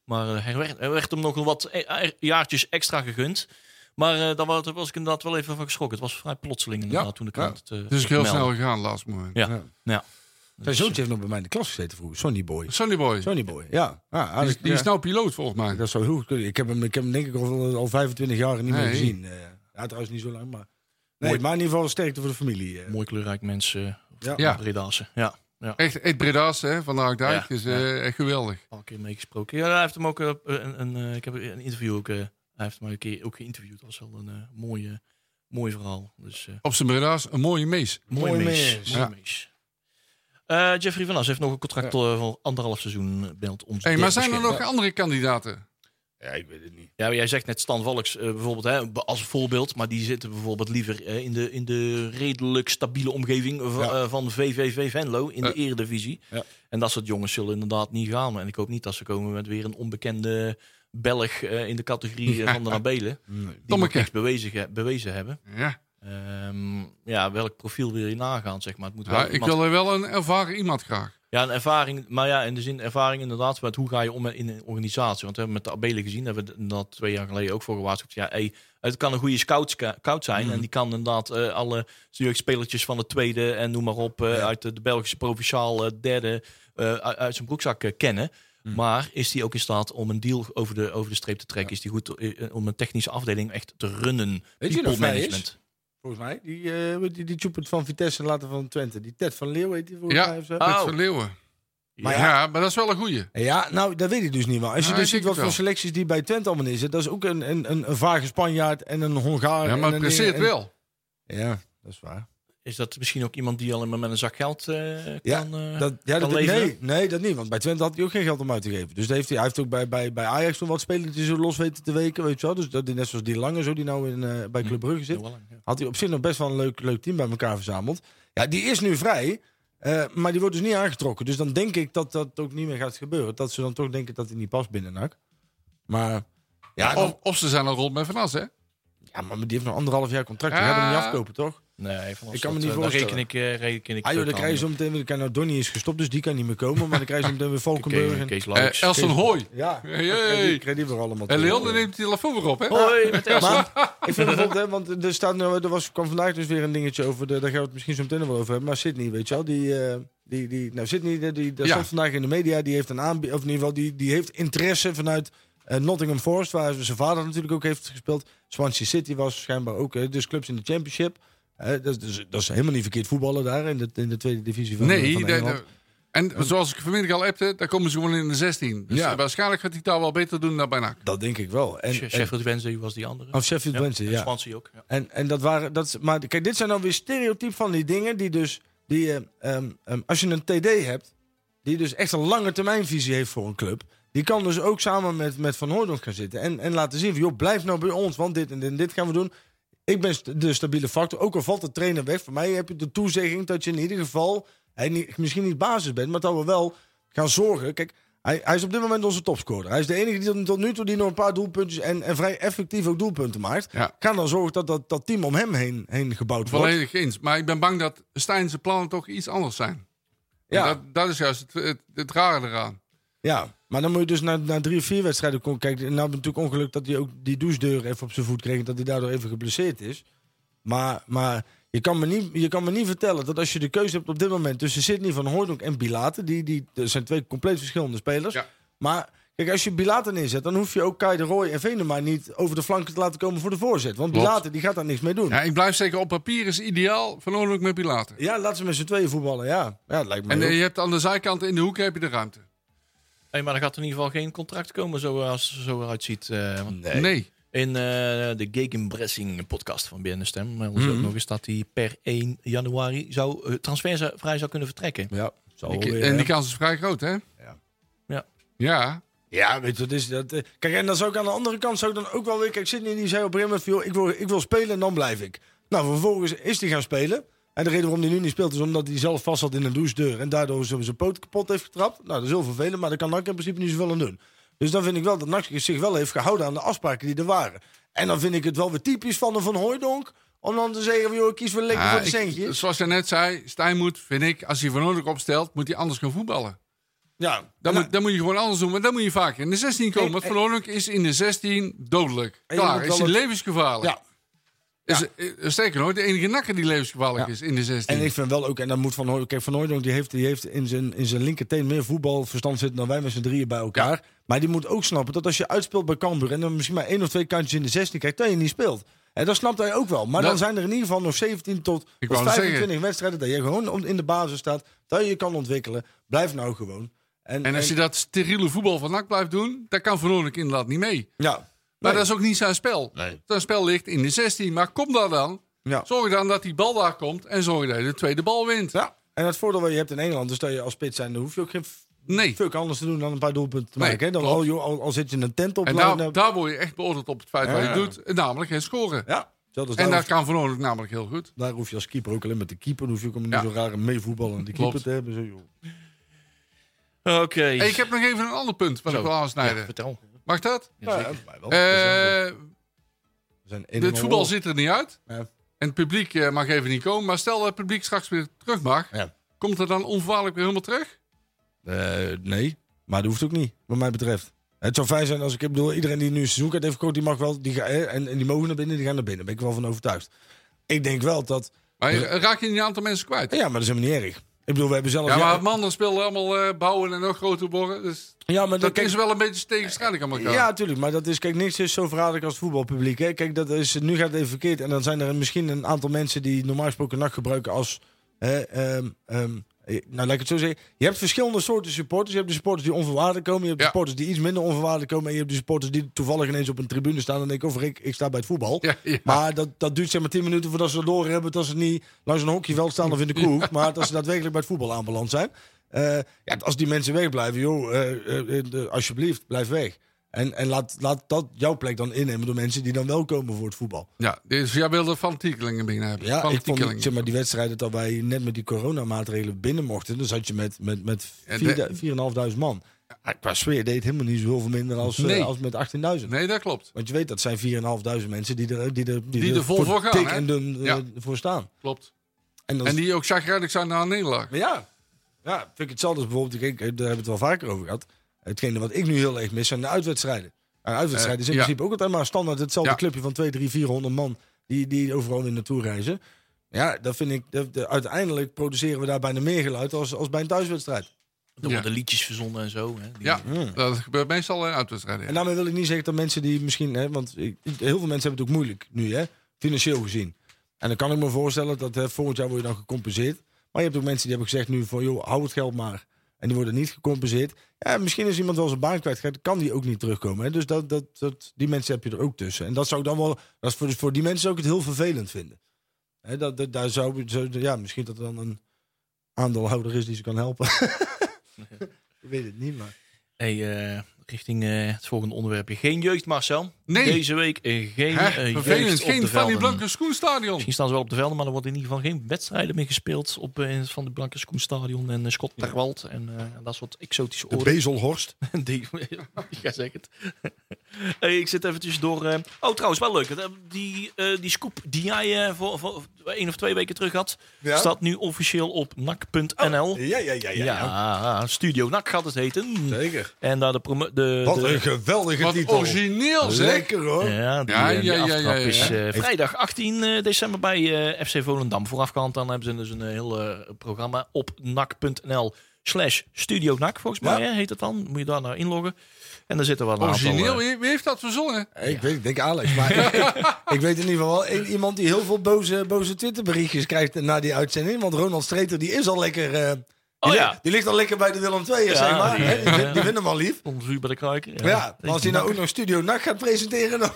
D: Maar eh, er, werd, er werd hem nog wat e- e- jaartjes extra gegund. Maar eh, daar wa- daar was ik inderdaad wel even van geschrokken. Het was vrij plotseling inderdaad
C: Ja,
D: toen de
C: ja.
D: krant het, eh,
C: Dus ik heel
D: meldde.
C: snel gegaan, laatst moment.
D: Ja, ja.
E: Zijn zoontje heeft nog bij mij in de klas gezeten vroeger. Sonny Boy.
C: Sonny Boy,
E: Sonny Boy, ja. ja
C: die,
E: eigenlijk-
C: is- die is
E: ja.
C: nou piloot volgens mij.
E: Dat zou heel goed kunnen. Ik heb hem, ik heb hem denk ik al, al 25 jaar niet meer
C: Nee.
E: gezien. Eh, ja, trouwens niet zo lang, maar... Nee,
D: Mooi.
E: maar in ieder geval sterkte voor de familie. eh.
D: mooi kleurrijk mensen.
E: Ja.
D: Ja. Bredase. Ja. ja.
C: Echt, echt Breda's hè, van de Haagdijk.
D: Ja,
C: is eh, echt geweldig.
D: al een keer meegesproken. Ja, hij heeft hem ook eh, een, een, eh, ik heb een interview ook. eh, hij heeft hem ook een keer ook geïnterviewd. Dat was wel een eh, mooie, mooi verhaal. Dus eh
C: Op zijn Breda's, een mooie mees.
D: mooi,
E: Mooi
D: mees.
E: mees.
D: Mooi
C: Ja.
D: mees. Eh, Jeffrey Van As heeft nog een contract eh, van anderhalf seizoen eh, belt ons.
C: Hey, maar
D: derde
C: zijn er
D: scherm.
C: nog andere kandidaten?
E: Ja, ik weet het niet.
D: Ja, maar jij zegt net Stan Walks eh, bijvoorbeeld hè, be- als voorbeeld, maar die zitten bijvoorbeeld liever eh, in, de, in de redelijk stabiele omgeving v-
E: Ja.
D: eh, van VVV Venlo in de Eredivisie.
E: Ja.
D: En dat soort jongens zullen inderdaad niet gaan. En ik hoop niet dat ze komen met weer een onbekende Belg eh, in de categorie eh, van de Nabelen. Die nog
C: Tommeke.
D: niks bewezen, ge- bewezen hebben.
C: Ja.
D: Ehm, ja, welk profiel wil je nagaan, zeg maar. Het moet wel
C: Ja, ik
D: iemand-
C: wil er wel een ervaren iemand graag.
D: ja, een ervaring. Maar ja, in de zin ervaring inderdaad. Met hoe ga je om met- in een organisatie? Want we hebben met de Abelen gezien. Daar hebben we dat twee jaar geleden ook voor gewaarschuwd. Ja, hey, het kan een goede scout, scout zijn.
E: Hmm.
D: En die kan inderdaad eh, alle jeugdspelertjes van de tweede en noem maar op. eh, Uit de, de Belgische provinciaal eh, derde eh, uit, uit zijn broekzak eh, kennen.
E: Hmm.
D: Maar is die ook in staat om een deal over de, over de streep te trekken? Is die goed eh, om een technische afdeling echt te runnen?
E: Weet je
D: People
E: nog wie hij is?
D: management.
E: Volgens mij. Die, eh, die, die tjoepert van Vitesse en later van Twente. Die Ted van Leeuw heet die volgens
C: Ja. Ah.
E: mij. Of zo.
C: Met
D: Oh.
C: Van Leeuwen.
E: Maar
C: ja.
E: ja.
C: maar dat is wel een goeie.
E: Ja, nou, dat weet ik dus niet. Maar als je
C: Nou,
E: dus
C: ik
E: ziet
C: denk
E: wat
C: het
E: voor
C: wel.
E: selecties die bij Twente allemaal in zitten. Dat is ook een, een, een, een vage Spanjaard en een Hongaar.
C: Ja, maar
E: en
C: het
E: een-
C: presteert
E: en-
C: wel.
E: Ja, dat is waar.
D: Is dat misschien ook iemand die alleen maar met een zak geld eh,
E: Ja,
D: kan, eh,
E: Dat, ja,
D: kan
E: dat,
D: leveren?
E: nee, nee, dat niet. Want bij Twente had hij ook geen geld om uit te geven. Dus dat heeft hij, hij heeft ook bij, bij, bij Ajax toen wat spelletjes zo los weten te weken. Weet je wel. Dus dat, net zoals die Lange, zo, die nou in, eh, bij Club Brugge zit.
D: Mm. Heel lang, ja.
E: Had hij op zich nog best wel een leuk, leuk team bij elkaar verzameld. Ja, die is nu vrij. eh, maar die wordt dus niet aangetrokken. Dus dan denk ik dat dat ook niet meer gaat gebeuren. Dat ze dan toch denken dat hij niet past binnen NAC. Maar, ja, dan-
C: Of, of ze zijn al rond met Van As, hè?
E: ja, maar die heeft nog anderhalf jaar contract. Die
C: Ja.
D: Ah.
E: gaat hem niet afkopen, toch?
D: Nee, van ons
E: Ik kan me
D: dat,
E: niet
D: eh, daar
E: voorstellen.
D: Reken ik, eh, reken ik
E: Ah joh, dan
D: totaal
E: krijg je
D: niet.
E: zo meteen... weer- Nou, Donnie is gestopt, dus die kan niet meer komen. Maar dan krijg je zo meteen weer
D: Kees-
E: Valkenburg. En,
D: Kees Lauks.
C: Eh, Elson Hooi.
E: ja,
C: Hey, hey,
E: dan krijg
C: hey.
E: die- krijg die weer allemaal
C: En
E: terug.
C: Leon die neemt die telefoon weer op, hè?
D: Hoi, met Elson.
E: Maar ik vind het wel, hè, want er, staat, nou, er was, kwam vandaag dus weer een dingetje over. De, daar gaan we het misschien zo meteen nog wel over hebben. Maar Sydney, weet je wel, die. eh, die, die nou, Sydney, die, die, dat
C: Ja.
E: stond vandaag in de media. Die heeft een aanbieding. Of in ieder geval, die, die heeft interesse vanuit eh, Nottingham Forest. Waar zijn vader natuurlijk ook heeft gespeeld. Swansea City was schijnbaar ook. eh, dus clubs in de Championship. Eh, dat, is- dus, dat is helemaal niet verkeerd voetballen daar in de, in de tweede divisie van,
C: Nee,
E: van
C: de-
E: Engeland.
C: de- en zoals ik vanmiddag al appte, daar komen ze gewoon in de 16. Dus
E: Ja.
C: eh, waarschijnlijk gaat hij daar wel beter doen dan bij NAC.
E: Dat denk ik wel. En,
D: She- Sheffield Wednesday was die andere.
E: en, of Sheffield Wednesday,
D: en
E: ja.
D: Swansea ook. Ja.
E: En, en dat waren. Dat, is- maar kijk, dit zijn dan weer stereotyp van die dingen die dus. Die, eh, ehm, ehm, als je een TD hebt, die dus echt een lange termijnvisie heeft voor een club. Die kan dus ook samen met, met Van Hooydonk gaan zitten. En, en laten zien van, joh, blijf nou bij ons, want dit en dit, en dit gaan we doen. Ik ben st- de stabiele factor. Ook al valt de trainer weg, voor mij heb je de toezegging dat je in ieder geval... Hij niet, misschien niet basis bent, maar dat we wel gaan zorgen. Kijk, hij, hij is op dit moment onze topscorer. Hij is de enige die tot- tot nu toe die nog een paar doelpuntjes... en, en vrij effectief ook doelpunten maakt.
C: Ja.
E: Gaan dan zorgen dat dat, dat team om hem heen, heen gebouwd wordt.
C: Volledig eens. Maar ik ben bang dat Stijn zijn plannen toch iets anders zijn.
E: Ja.
C: Ja. Dat, dat is juist het, het, het rare eraan.
E: Ja, maar dan moet je dus na, na drie of vier wedstrijden komen. Kijk, nou hebben we natuurlijk ongeluk dat hij ook die douchedeur even op zijn voet kreeg. en Dat hij daardoor even geblesseerd is. Maar, maar je, kan me niet, je kan me niet vertellen dat als je de keuze hebt op dit moment tussen Sidney van Hooydonk en Bilate. Die, die dat zijn twee compleet verschillende spelers.
C: Ja.
E: Maar kijk, als je Bilate neerzet, dan hoef je ook Kai de Roy en Venema niet over de flanken te laten komen voor de voorzet. Want
C: Klopt.
E: Bilate die gaat daar niks mee doen.
C: Ja,
E: Ja,
C: ik blijf zeker op papier is ideaal. Van Oorlog met Pilaten.
E: laat ze met z'n tweeën voetballen. Ja, ja dat lijkt me
C: En
E: heel-
C: eh, je hebt aan de zijkant in de hoek heb je de ruimte.
D: Hey, maar er gaat in ieder geval geen contract komen zoals het zo eruit ziet. eh, want
C: Nee.
D: In eh, de Gegenpressing podcast van BNSTEM. Maar eh, ons
E: Mhm.
D: ook nog eens dat hij per 1 januari zou, eh, transfervrij zou kunnen vertrekken.
E: Ja, zal
C: Ik-
E: wel weer,
C: en
E: hè.
C: die kans is vrij groot, hè?
E: Ja.
D: Ja.
C: Ja.
E: Ja, weet je wat is dat? eh, Kijk, en dan zou ik aan de andere kant zou ik dan ook wel weer... Kijk, Sidney die zei op een gegeven moment van... joh, ik wil, ik wil spelen en dan blijf ik. Nou, vervolgens is hij gaan spelen. En de reden waarom hij nu niet speelt is omdat hij zelf vast zat in een douchedeur. En daardoor zo zijn poot kapot heeft getrapt. Nou, dat is heel vervelend, maar daar kan NAC in principe niet zoveel aan doen. Dus dan vind ik wel dat NAC zich wel heeft gehouden aan de afspraken die er waren. En dan vind ik het wel weer typisch van de Van Hooijdonk... om dan te zeggen, van, joh, ik kies weer lekker
C: Ah,
E: voor de
C: ik-
E: centje.
C: zoals je net zei, Stijn moet, vind ik, als hij Van Oorlog opstelt, moet hij anders gaan voetballen.
E: Ja,
C: Dan,
E: nou,
C: moet, dan moet je gewoon anders doen, maar dan moet je vaker in de 16 komen. Want Van Oorlog is in de 16 dodelijk.
E: eh, En je
C: Klaar,
E: moet
C: is
E: wel
C: hij
E: het-
C: levensgevaarlijk.
E: ja,
C: Is, eh, Sterker nog, de enige nakker die levensgevaarlijk
E: Ja.
C: is in de 16.
E: En ik vind wel ook, en dan moet Van Hooydonk... Kijk, Van Hooydonk die heeft, die heeft in zijn, in zijn linkerteen meer voetbalverstand zitten dan wij met z'n drieën bij elkaar. Maar die moet ook snappen dat als je uitspeelt bij Cambuur... en dan misschien maar één of twee kantjes in de 16 krijgt, dat je niet speelt. En dat snapt hij ook wel. Maar
C: Dat-
E: dan zijn er in ieder geval nog 17 tot,
C: Ik
E: tot
C: wou net
E: 25
C: zeggen.
E: wedstrijden... dat je gewoon om- in de basis staat, dat je je kan ontwikkelen. Blijf nou gewoon.
C: En als je dat steriele voetbal van NAC blijft doen, daar kan Van Oorlog inderdaad niet mee.
E: Ja,
C: Maar
E: Nee.
C: dat is ook niet zijn spel.
E: Nee.
C: Zijn spel ligt in de 16, maar kom daar dan.
E: ja.
C: Zorg dan dat die bal daar komt en zorg dat je de tweede bal wint.
E: ja. En het voordeel wat je hebt in Engeland is dat je als spits zijn... dan hoef je ook geen f-
C: Nee.
E: fuck anders te doen dan een paar doelpunten te
C: Nee,
E: maken. hè. Dan,
C: klopt.
E: al, joh, al, al zit je een tent op.
C: En nou-
E: laat-
C: daar, daar word je echt beoordeeld op het feit wat
E: nou- Ja.
C: je doet, eh, namelijk het scoren.
E: ja, dat is
C: en daar kan Van Oorlog namelijk heel goed.
E: Daar hoef je als keeper ook alleen met de keeper. Dan hoef je ook om
C: Ja.
E: niet zo rare meevoetballen aan die
C: Klopt.
E: keeper te hebben. Zo, joh.
D: Oké.
C: Hey, ik heb nog even een ander punt wat
D: Zo.
C: ik wil
D: Ja,
C: aansnijden.
D: vertel.
C: Mag dat?
E: Ja, mij
C: Eh,
E: wel. We zijn- we zijn één en
C: het
E: al
C: voetbal
E: rol.
C: ziet er niet uit.
E: Ja.
C: En het publiek eh, mag even niet komen. Maar stel dat het publiek straks weer terug mag.
E: Ja.
C: Komt er dan onvoorwaardelijk weer helemaal terug?
E: Eh, nee, maar dat hoeft ook niet, wat mij betreft. Het zou fijn zijn als ik, ik bedoel, iedereen die nu een seizoenkaart heeft gekocht, die mag wel, die ga- eh, en, en die mogen naar binnen, die gaan naar binnen. Daar ben ik wel van overtuigd. Ik denk wel dat,
C: Maar je- raak je niet een aantal mensen kwijt?
E: ja, maar dat is helemaal niet erg. Ik bedoel, we hebben zelf...
C: Ja, maar mannen speelden allemaal eh, bouwen en nog grotere borren. Dus
E: ja, maar
C: dat
E: kijk,
C: is wel een beetje tegenstrijdig aan elkaar.
E: Ja, natuurlijk. Maar dat is, kijk, niks is zo verraderlijk als het voetbalpubliek. Hè? Kijk, dat is, nu gaat het even verkeerd. En dan zijn er misschien een aantal mensen die normaal gesproken nacht gebruiken als. Hè, ehm, ehm, eh, nou, laat ik het zo zeggen. Je hebt verschillende soorten supporters. Je hebt de supporters die onvoorwaardelijk komen. Je hebt
C: Ja.
E: de supporters die iets minder onvoorwaardelijk komen. En je hebt de supporters die toevallig ineens op een tribune staan. En denken: over ik, ik sta bij het voetbal.
C: Ja, ja.
E: Maar dat, dat duurt zeg maar 10 minuten voordat ze door hebben dat ze niet langs een hockeyveld staan of in de kroeg. Maar dat ze daadwerkelijk bij het voetbal aanbeland zijn. Eh, ja, als die mensen wegblijven, joh, eh, eh, eh, de- alsjeblieft, blijf weg. En, en laat, laat dat jouw plek dan innemen door mensen die dan wel komen voor het voetbal.
C: Ja, dus jij wilde fanatiekelingen binnen hebben.
E: Ja, ik vond
C: Fanatiekelingen.
E: zeg maar, die wedstrijden dat wij net met die coronamaatregelen binnen mochten. Dan zat je met, met, met
C: En
E: vier-
C: de-
E: 4.500 man. Ja, qua sfeer deed het helemaal niet zoveel minder als, eh,
C: Nee.
E: als met 18.000.
C: Nee, dat klopt.
E: Want je weet, dat zijn 4.500 mensen die er, die er,
C: Die er vol voor gaan,
E: dik
C: hè?
E: en dun eh,
C: Ja.
E: voor staan.
C: Klopt.
E: En, dat
C: En
E: is-
C: die ook zagrijdig zijn na een nederlaag.
E: maar ja, ja, vind ik hetzelfde als bijvoorbeeld, ik, daar hebben we het wel vaker over gehad. Hetgene wat ik nu heel erg mis zijn de uitwedstrijden. En uitwedstrijden is in
C: Eh, ja.
E: principe ook altijd maar standaard hetzelfde
C: Ja.
E: clubje van 2, 3, 400 man die, die overal weer naartoe reizen. Ja, dat vind ik, dat, dat- uiteindelijk produceren we daar bijna meer geluid als, als bij een thuiswedstrijd.
D: Dan
C: Ja.
D: worden liedjes verzonnen en zo. Hè. Die-
C: Ja, dat gebeurt meestal in uitwedstrijden.
E: Hmm. En
C: ja.
E: daarmee wil ik niet zeggen dat mensen die misschien, hè, want ik- heel veel mensen hebben het ook moeilijk nu, hè, financieel gezien. En dan kan ik me voorstellen dat hè, volgend jaar word je dan gecompenseerd. Maar je hebt ook mensen die hebben gezegd nu van, joh, hou het geld maar. En die worden niet gecompenseerd. Ja, misschien is iemand wel zijn baan kwijtgaat, kan die ook niet terugkomen. Hè? Dus dat, dat, dat, die mensen heb je er ook tussen. En dat zou ik dan wel, dat is voor, voor die mensen ook het heel vervelend vinden. Hè, dat, dat, daar zou, zou- ja, misschien dat er dan een aandeelhouder is die ze kan helpen. ik weet het niet, maar...
D: Hey, eh, richting eh, het volgende onderwerp. Geen jeugd, Marcel.
C: Nee.
D: Deze week eh, geen
C: Hè,
D: eh,
C: vervelend.
D: jeugd op
C: Geen
D: de
C: Fanny
D: velden.
C: Blanke Schoenstadion.
D: Misschien staan ze wel op de velden, maar er worden in ieder geval geen wedstrijden meer gespeeld op eh, in het Van de Blanke Schoenstadion en eh, Schot ter Wald en eh, dat soort exotische oren.
E: Bezelhorst.
D: Die, ja, zeg het. hey, ik zit even tussendoor. eh. Oh, trouwens, wel leuk. Dat, eh, Die, eh, die scoop die jij eh, voor, voor één of twee weken terug had,
E: Ja.
D: staat nu officieel op nak.nl.
E: Ja, ja, ja, ja.
D: ja,
E: ja.
D: Studio Nak gaat het heten.
E: Zeker.
D: En daar de, promo- de,
E: Wat
D: de
E: een geweldige
C: Wat
E: titel.
C: origineel zeg.
E: Lekker hoor.
D: Ja, die,
C: Ja,
D: eh, die
C: ja, ja,
D: aftrap
C: ja, ja.
D: is eh, vrijdag 18 eh, december bij eh, FC Volendam. Voorafkant dan hebben ze dus een heel eh, programma op nak.nl slash studio nak volgens
E: Ja.
D: mij hè, heet het dan. Moet je daar naar inloggen. En daar zitten wel een aantal...
C: Origineel,
D: eh,
C: wie wie heeft dat verzonnen?
E: Ik weet, ik denk Alex, maar ik, ik weet in ieder geval wel één iemand die heel veel boze, boze Twitterberichtjes krijgt na die uitzending. Want Ronald Streeter die is al lekker, eh, die,
D: Oh
E: li-
D: ja.
E: die ligt al lekker bij de Willem II,
D: Ja,
E: zeg maar.
D: die,
E: hè. Die,
D: eh,
E: vind- die vinden hem al lief.
D: Ons vuur bij de kruiken.
E: Maar ja, als hij nou ook nog Studio Nacht gaat presenteren, dan...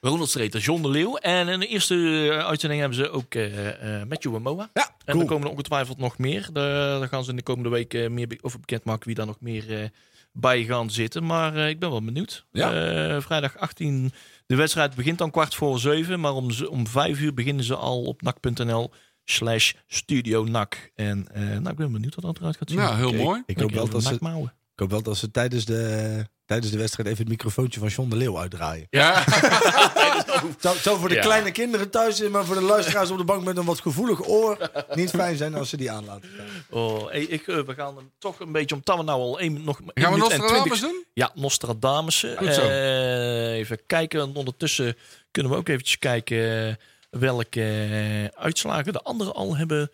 D: Ronald Streeter, John de Leeuw. En in de eerste eh, uitzending hebben ze ook eh eh Matthew en Moa.
E: Ja,
D: En er komen er ongetwijfeld nog meer. Daar daar gaan ze in de komende week eh, meer be- over bekendmaken wie daar nog meer eh, bij gaan zitten. Maar eh, ik ben wel benieuwd.
E: Ja.
D: Eh, vrijdag 18. De wedstrijd begint dan kwart voor zeven. Maar om, ze- om vijf uur beginnen ze al op nak.nl slash studio nak. En eh, nou, ik ben benieuwd wat dat eruit gaat zien.
C: Nou, heel mooi.
E: Ik hoop, wel dat ze,
D: Nakmouwen.
E: ik hoop wel dat ze tijdens de, tijdens de wedstrijd even het microfoontje van John de Leeuw uitdraaien.
C: Ja,
E: Zou, zou voor de
D: Ja.
E: kleine kinderen thuis zijn, maar voor de luisteraars op de bank met een wat gevoelig oor niet fijn zijn als ze die aanlaten.
D: Oh, hey, ik, eh, we gaan hem toch een beetje, omdat we nou al één, nog één
C: gaan we
D: minuut en
C: Nostradamus
D: 20
C: doen?
D: Ja, Nostradamus.
C: Goed zo.
D: Eh, even kijken. En Ondertussen kunnen we ook eventjes kijken welke eh, uitslagen de anderen al hebben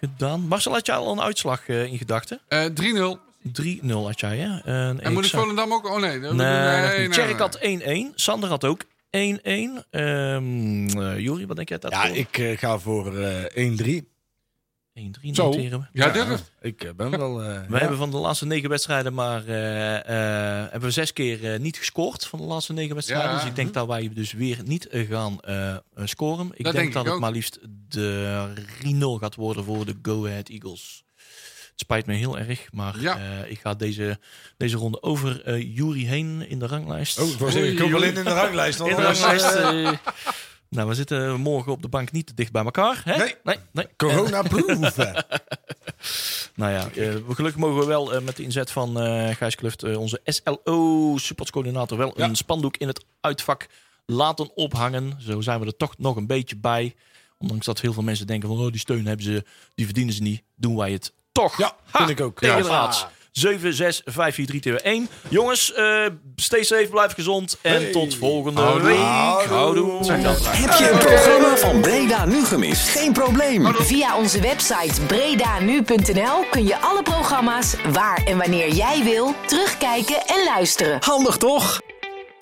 D: gedaan. Marcel, had jij al een uitslag eh, in gedachten?
C: Eh, 3-0.
D: 3-0 had jij, hè? En,
C: En moet ik eh?
D: zag-
C: Volendam ook? Oh nee. dat-
D: Nee, nog niet.
C: nee,
D: Tjerk
C: nee.
D: had 1-1. Sander had ook 1-1. Ehm eh, Juri, wat denk jij dat?
E: Ja, ik eh, ga voor eh 1-3.
D: 1-3
C: Zo.
D: noteren we.
C: Ja, durft.
E: Ik eh, ben wel... eh
D: We hebben van de laatste negen wedstrijden maar eh, eh, hebben we zes keer eh, niet gescoord van de laatste negen wedstrijden.
C: Ja.
D: Dus ik denk dat wij dus weer niet eh, gaan eh, eh, scoren. Ik
C: denk
D: denk
C: ik
D: dat het
C: ook.
D: maar liefst de 3-0 gaat worden voor de Go Ahead Eagles. Het spijt me heel erg, maar
C: Ja.
D: eh, ik ga deze, deze ronde over eh Jury heen in de ranglijst.
E: Oh, ik wou zeggen, ik kom wel in in de ranglijst. want
D: in de
E: anders,
D: ranglijst.
E: eh,
D: eh, nou, we zitten morgen op de bank niet te dicht bij elkaar. Hè?
E: Nee.
D: nee, nee.
E: Corona-proof. hè.
D: Nou ja, eh, we- gelukkig mogen we wel eh, met de inzet van eh Gijs Kluft, eh, onze SLO-supportscoördinator, wel een spandoek in het uitvak laten ophangen. Zo zijn we er toch nog een beetje bij. Ondanks dat heel veel mensen denken van, oh, die steun hebben ze, die verdienen ze niet, doen wij het toch.
E: Ja, vind ik ook.
D: Tegen
E: Ja.
D: de plaats. 7, 6, 5, 4, 3, 2, 1. Jongens, eh, stay safe, blijf gezond en tot volgende week. Houdoe. Zeg dat maar.
A: Heb je een programma van Breda nu gemist? Geen probleem.
G: Via onze website bredanu.nl kun je alle programma's waar en wanneer jij wil terugkijken en luisteren.
A: Handig toch?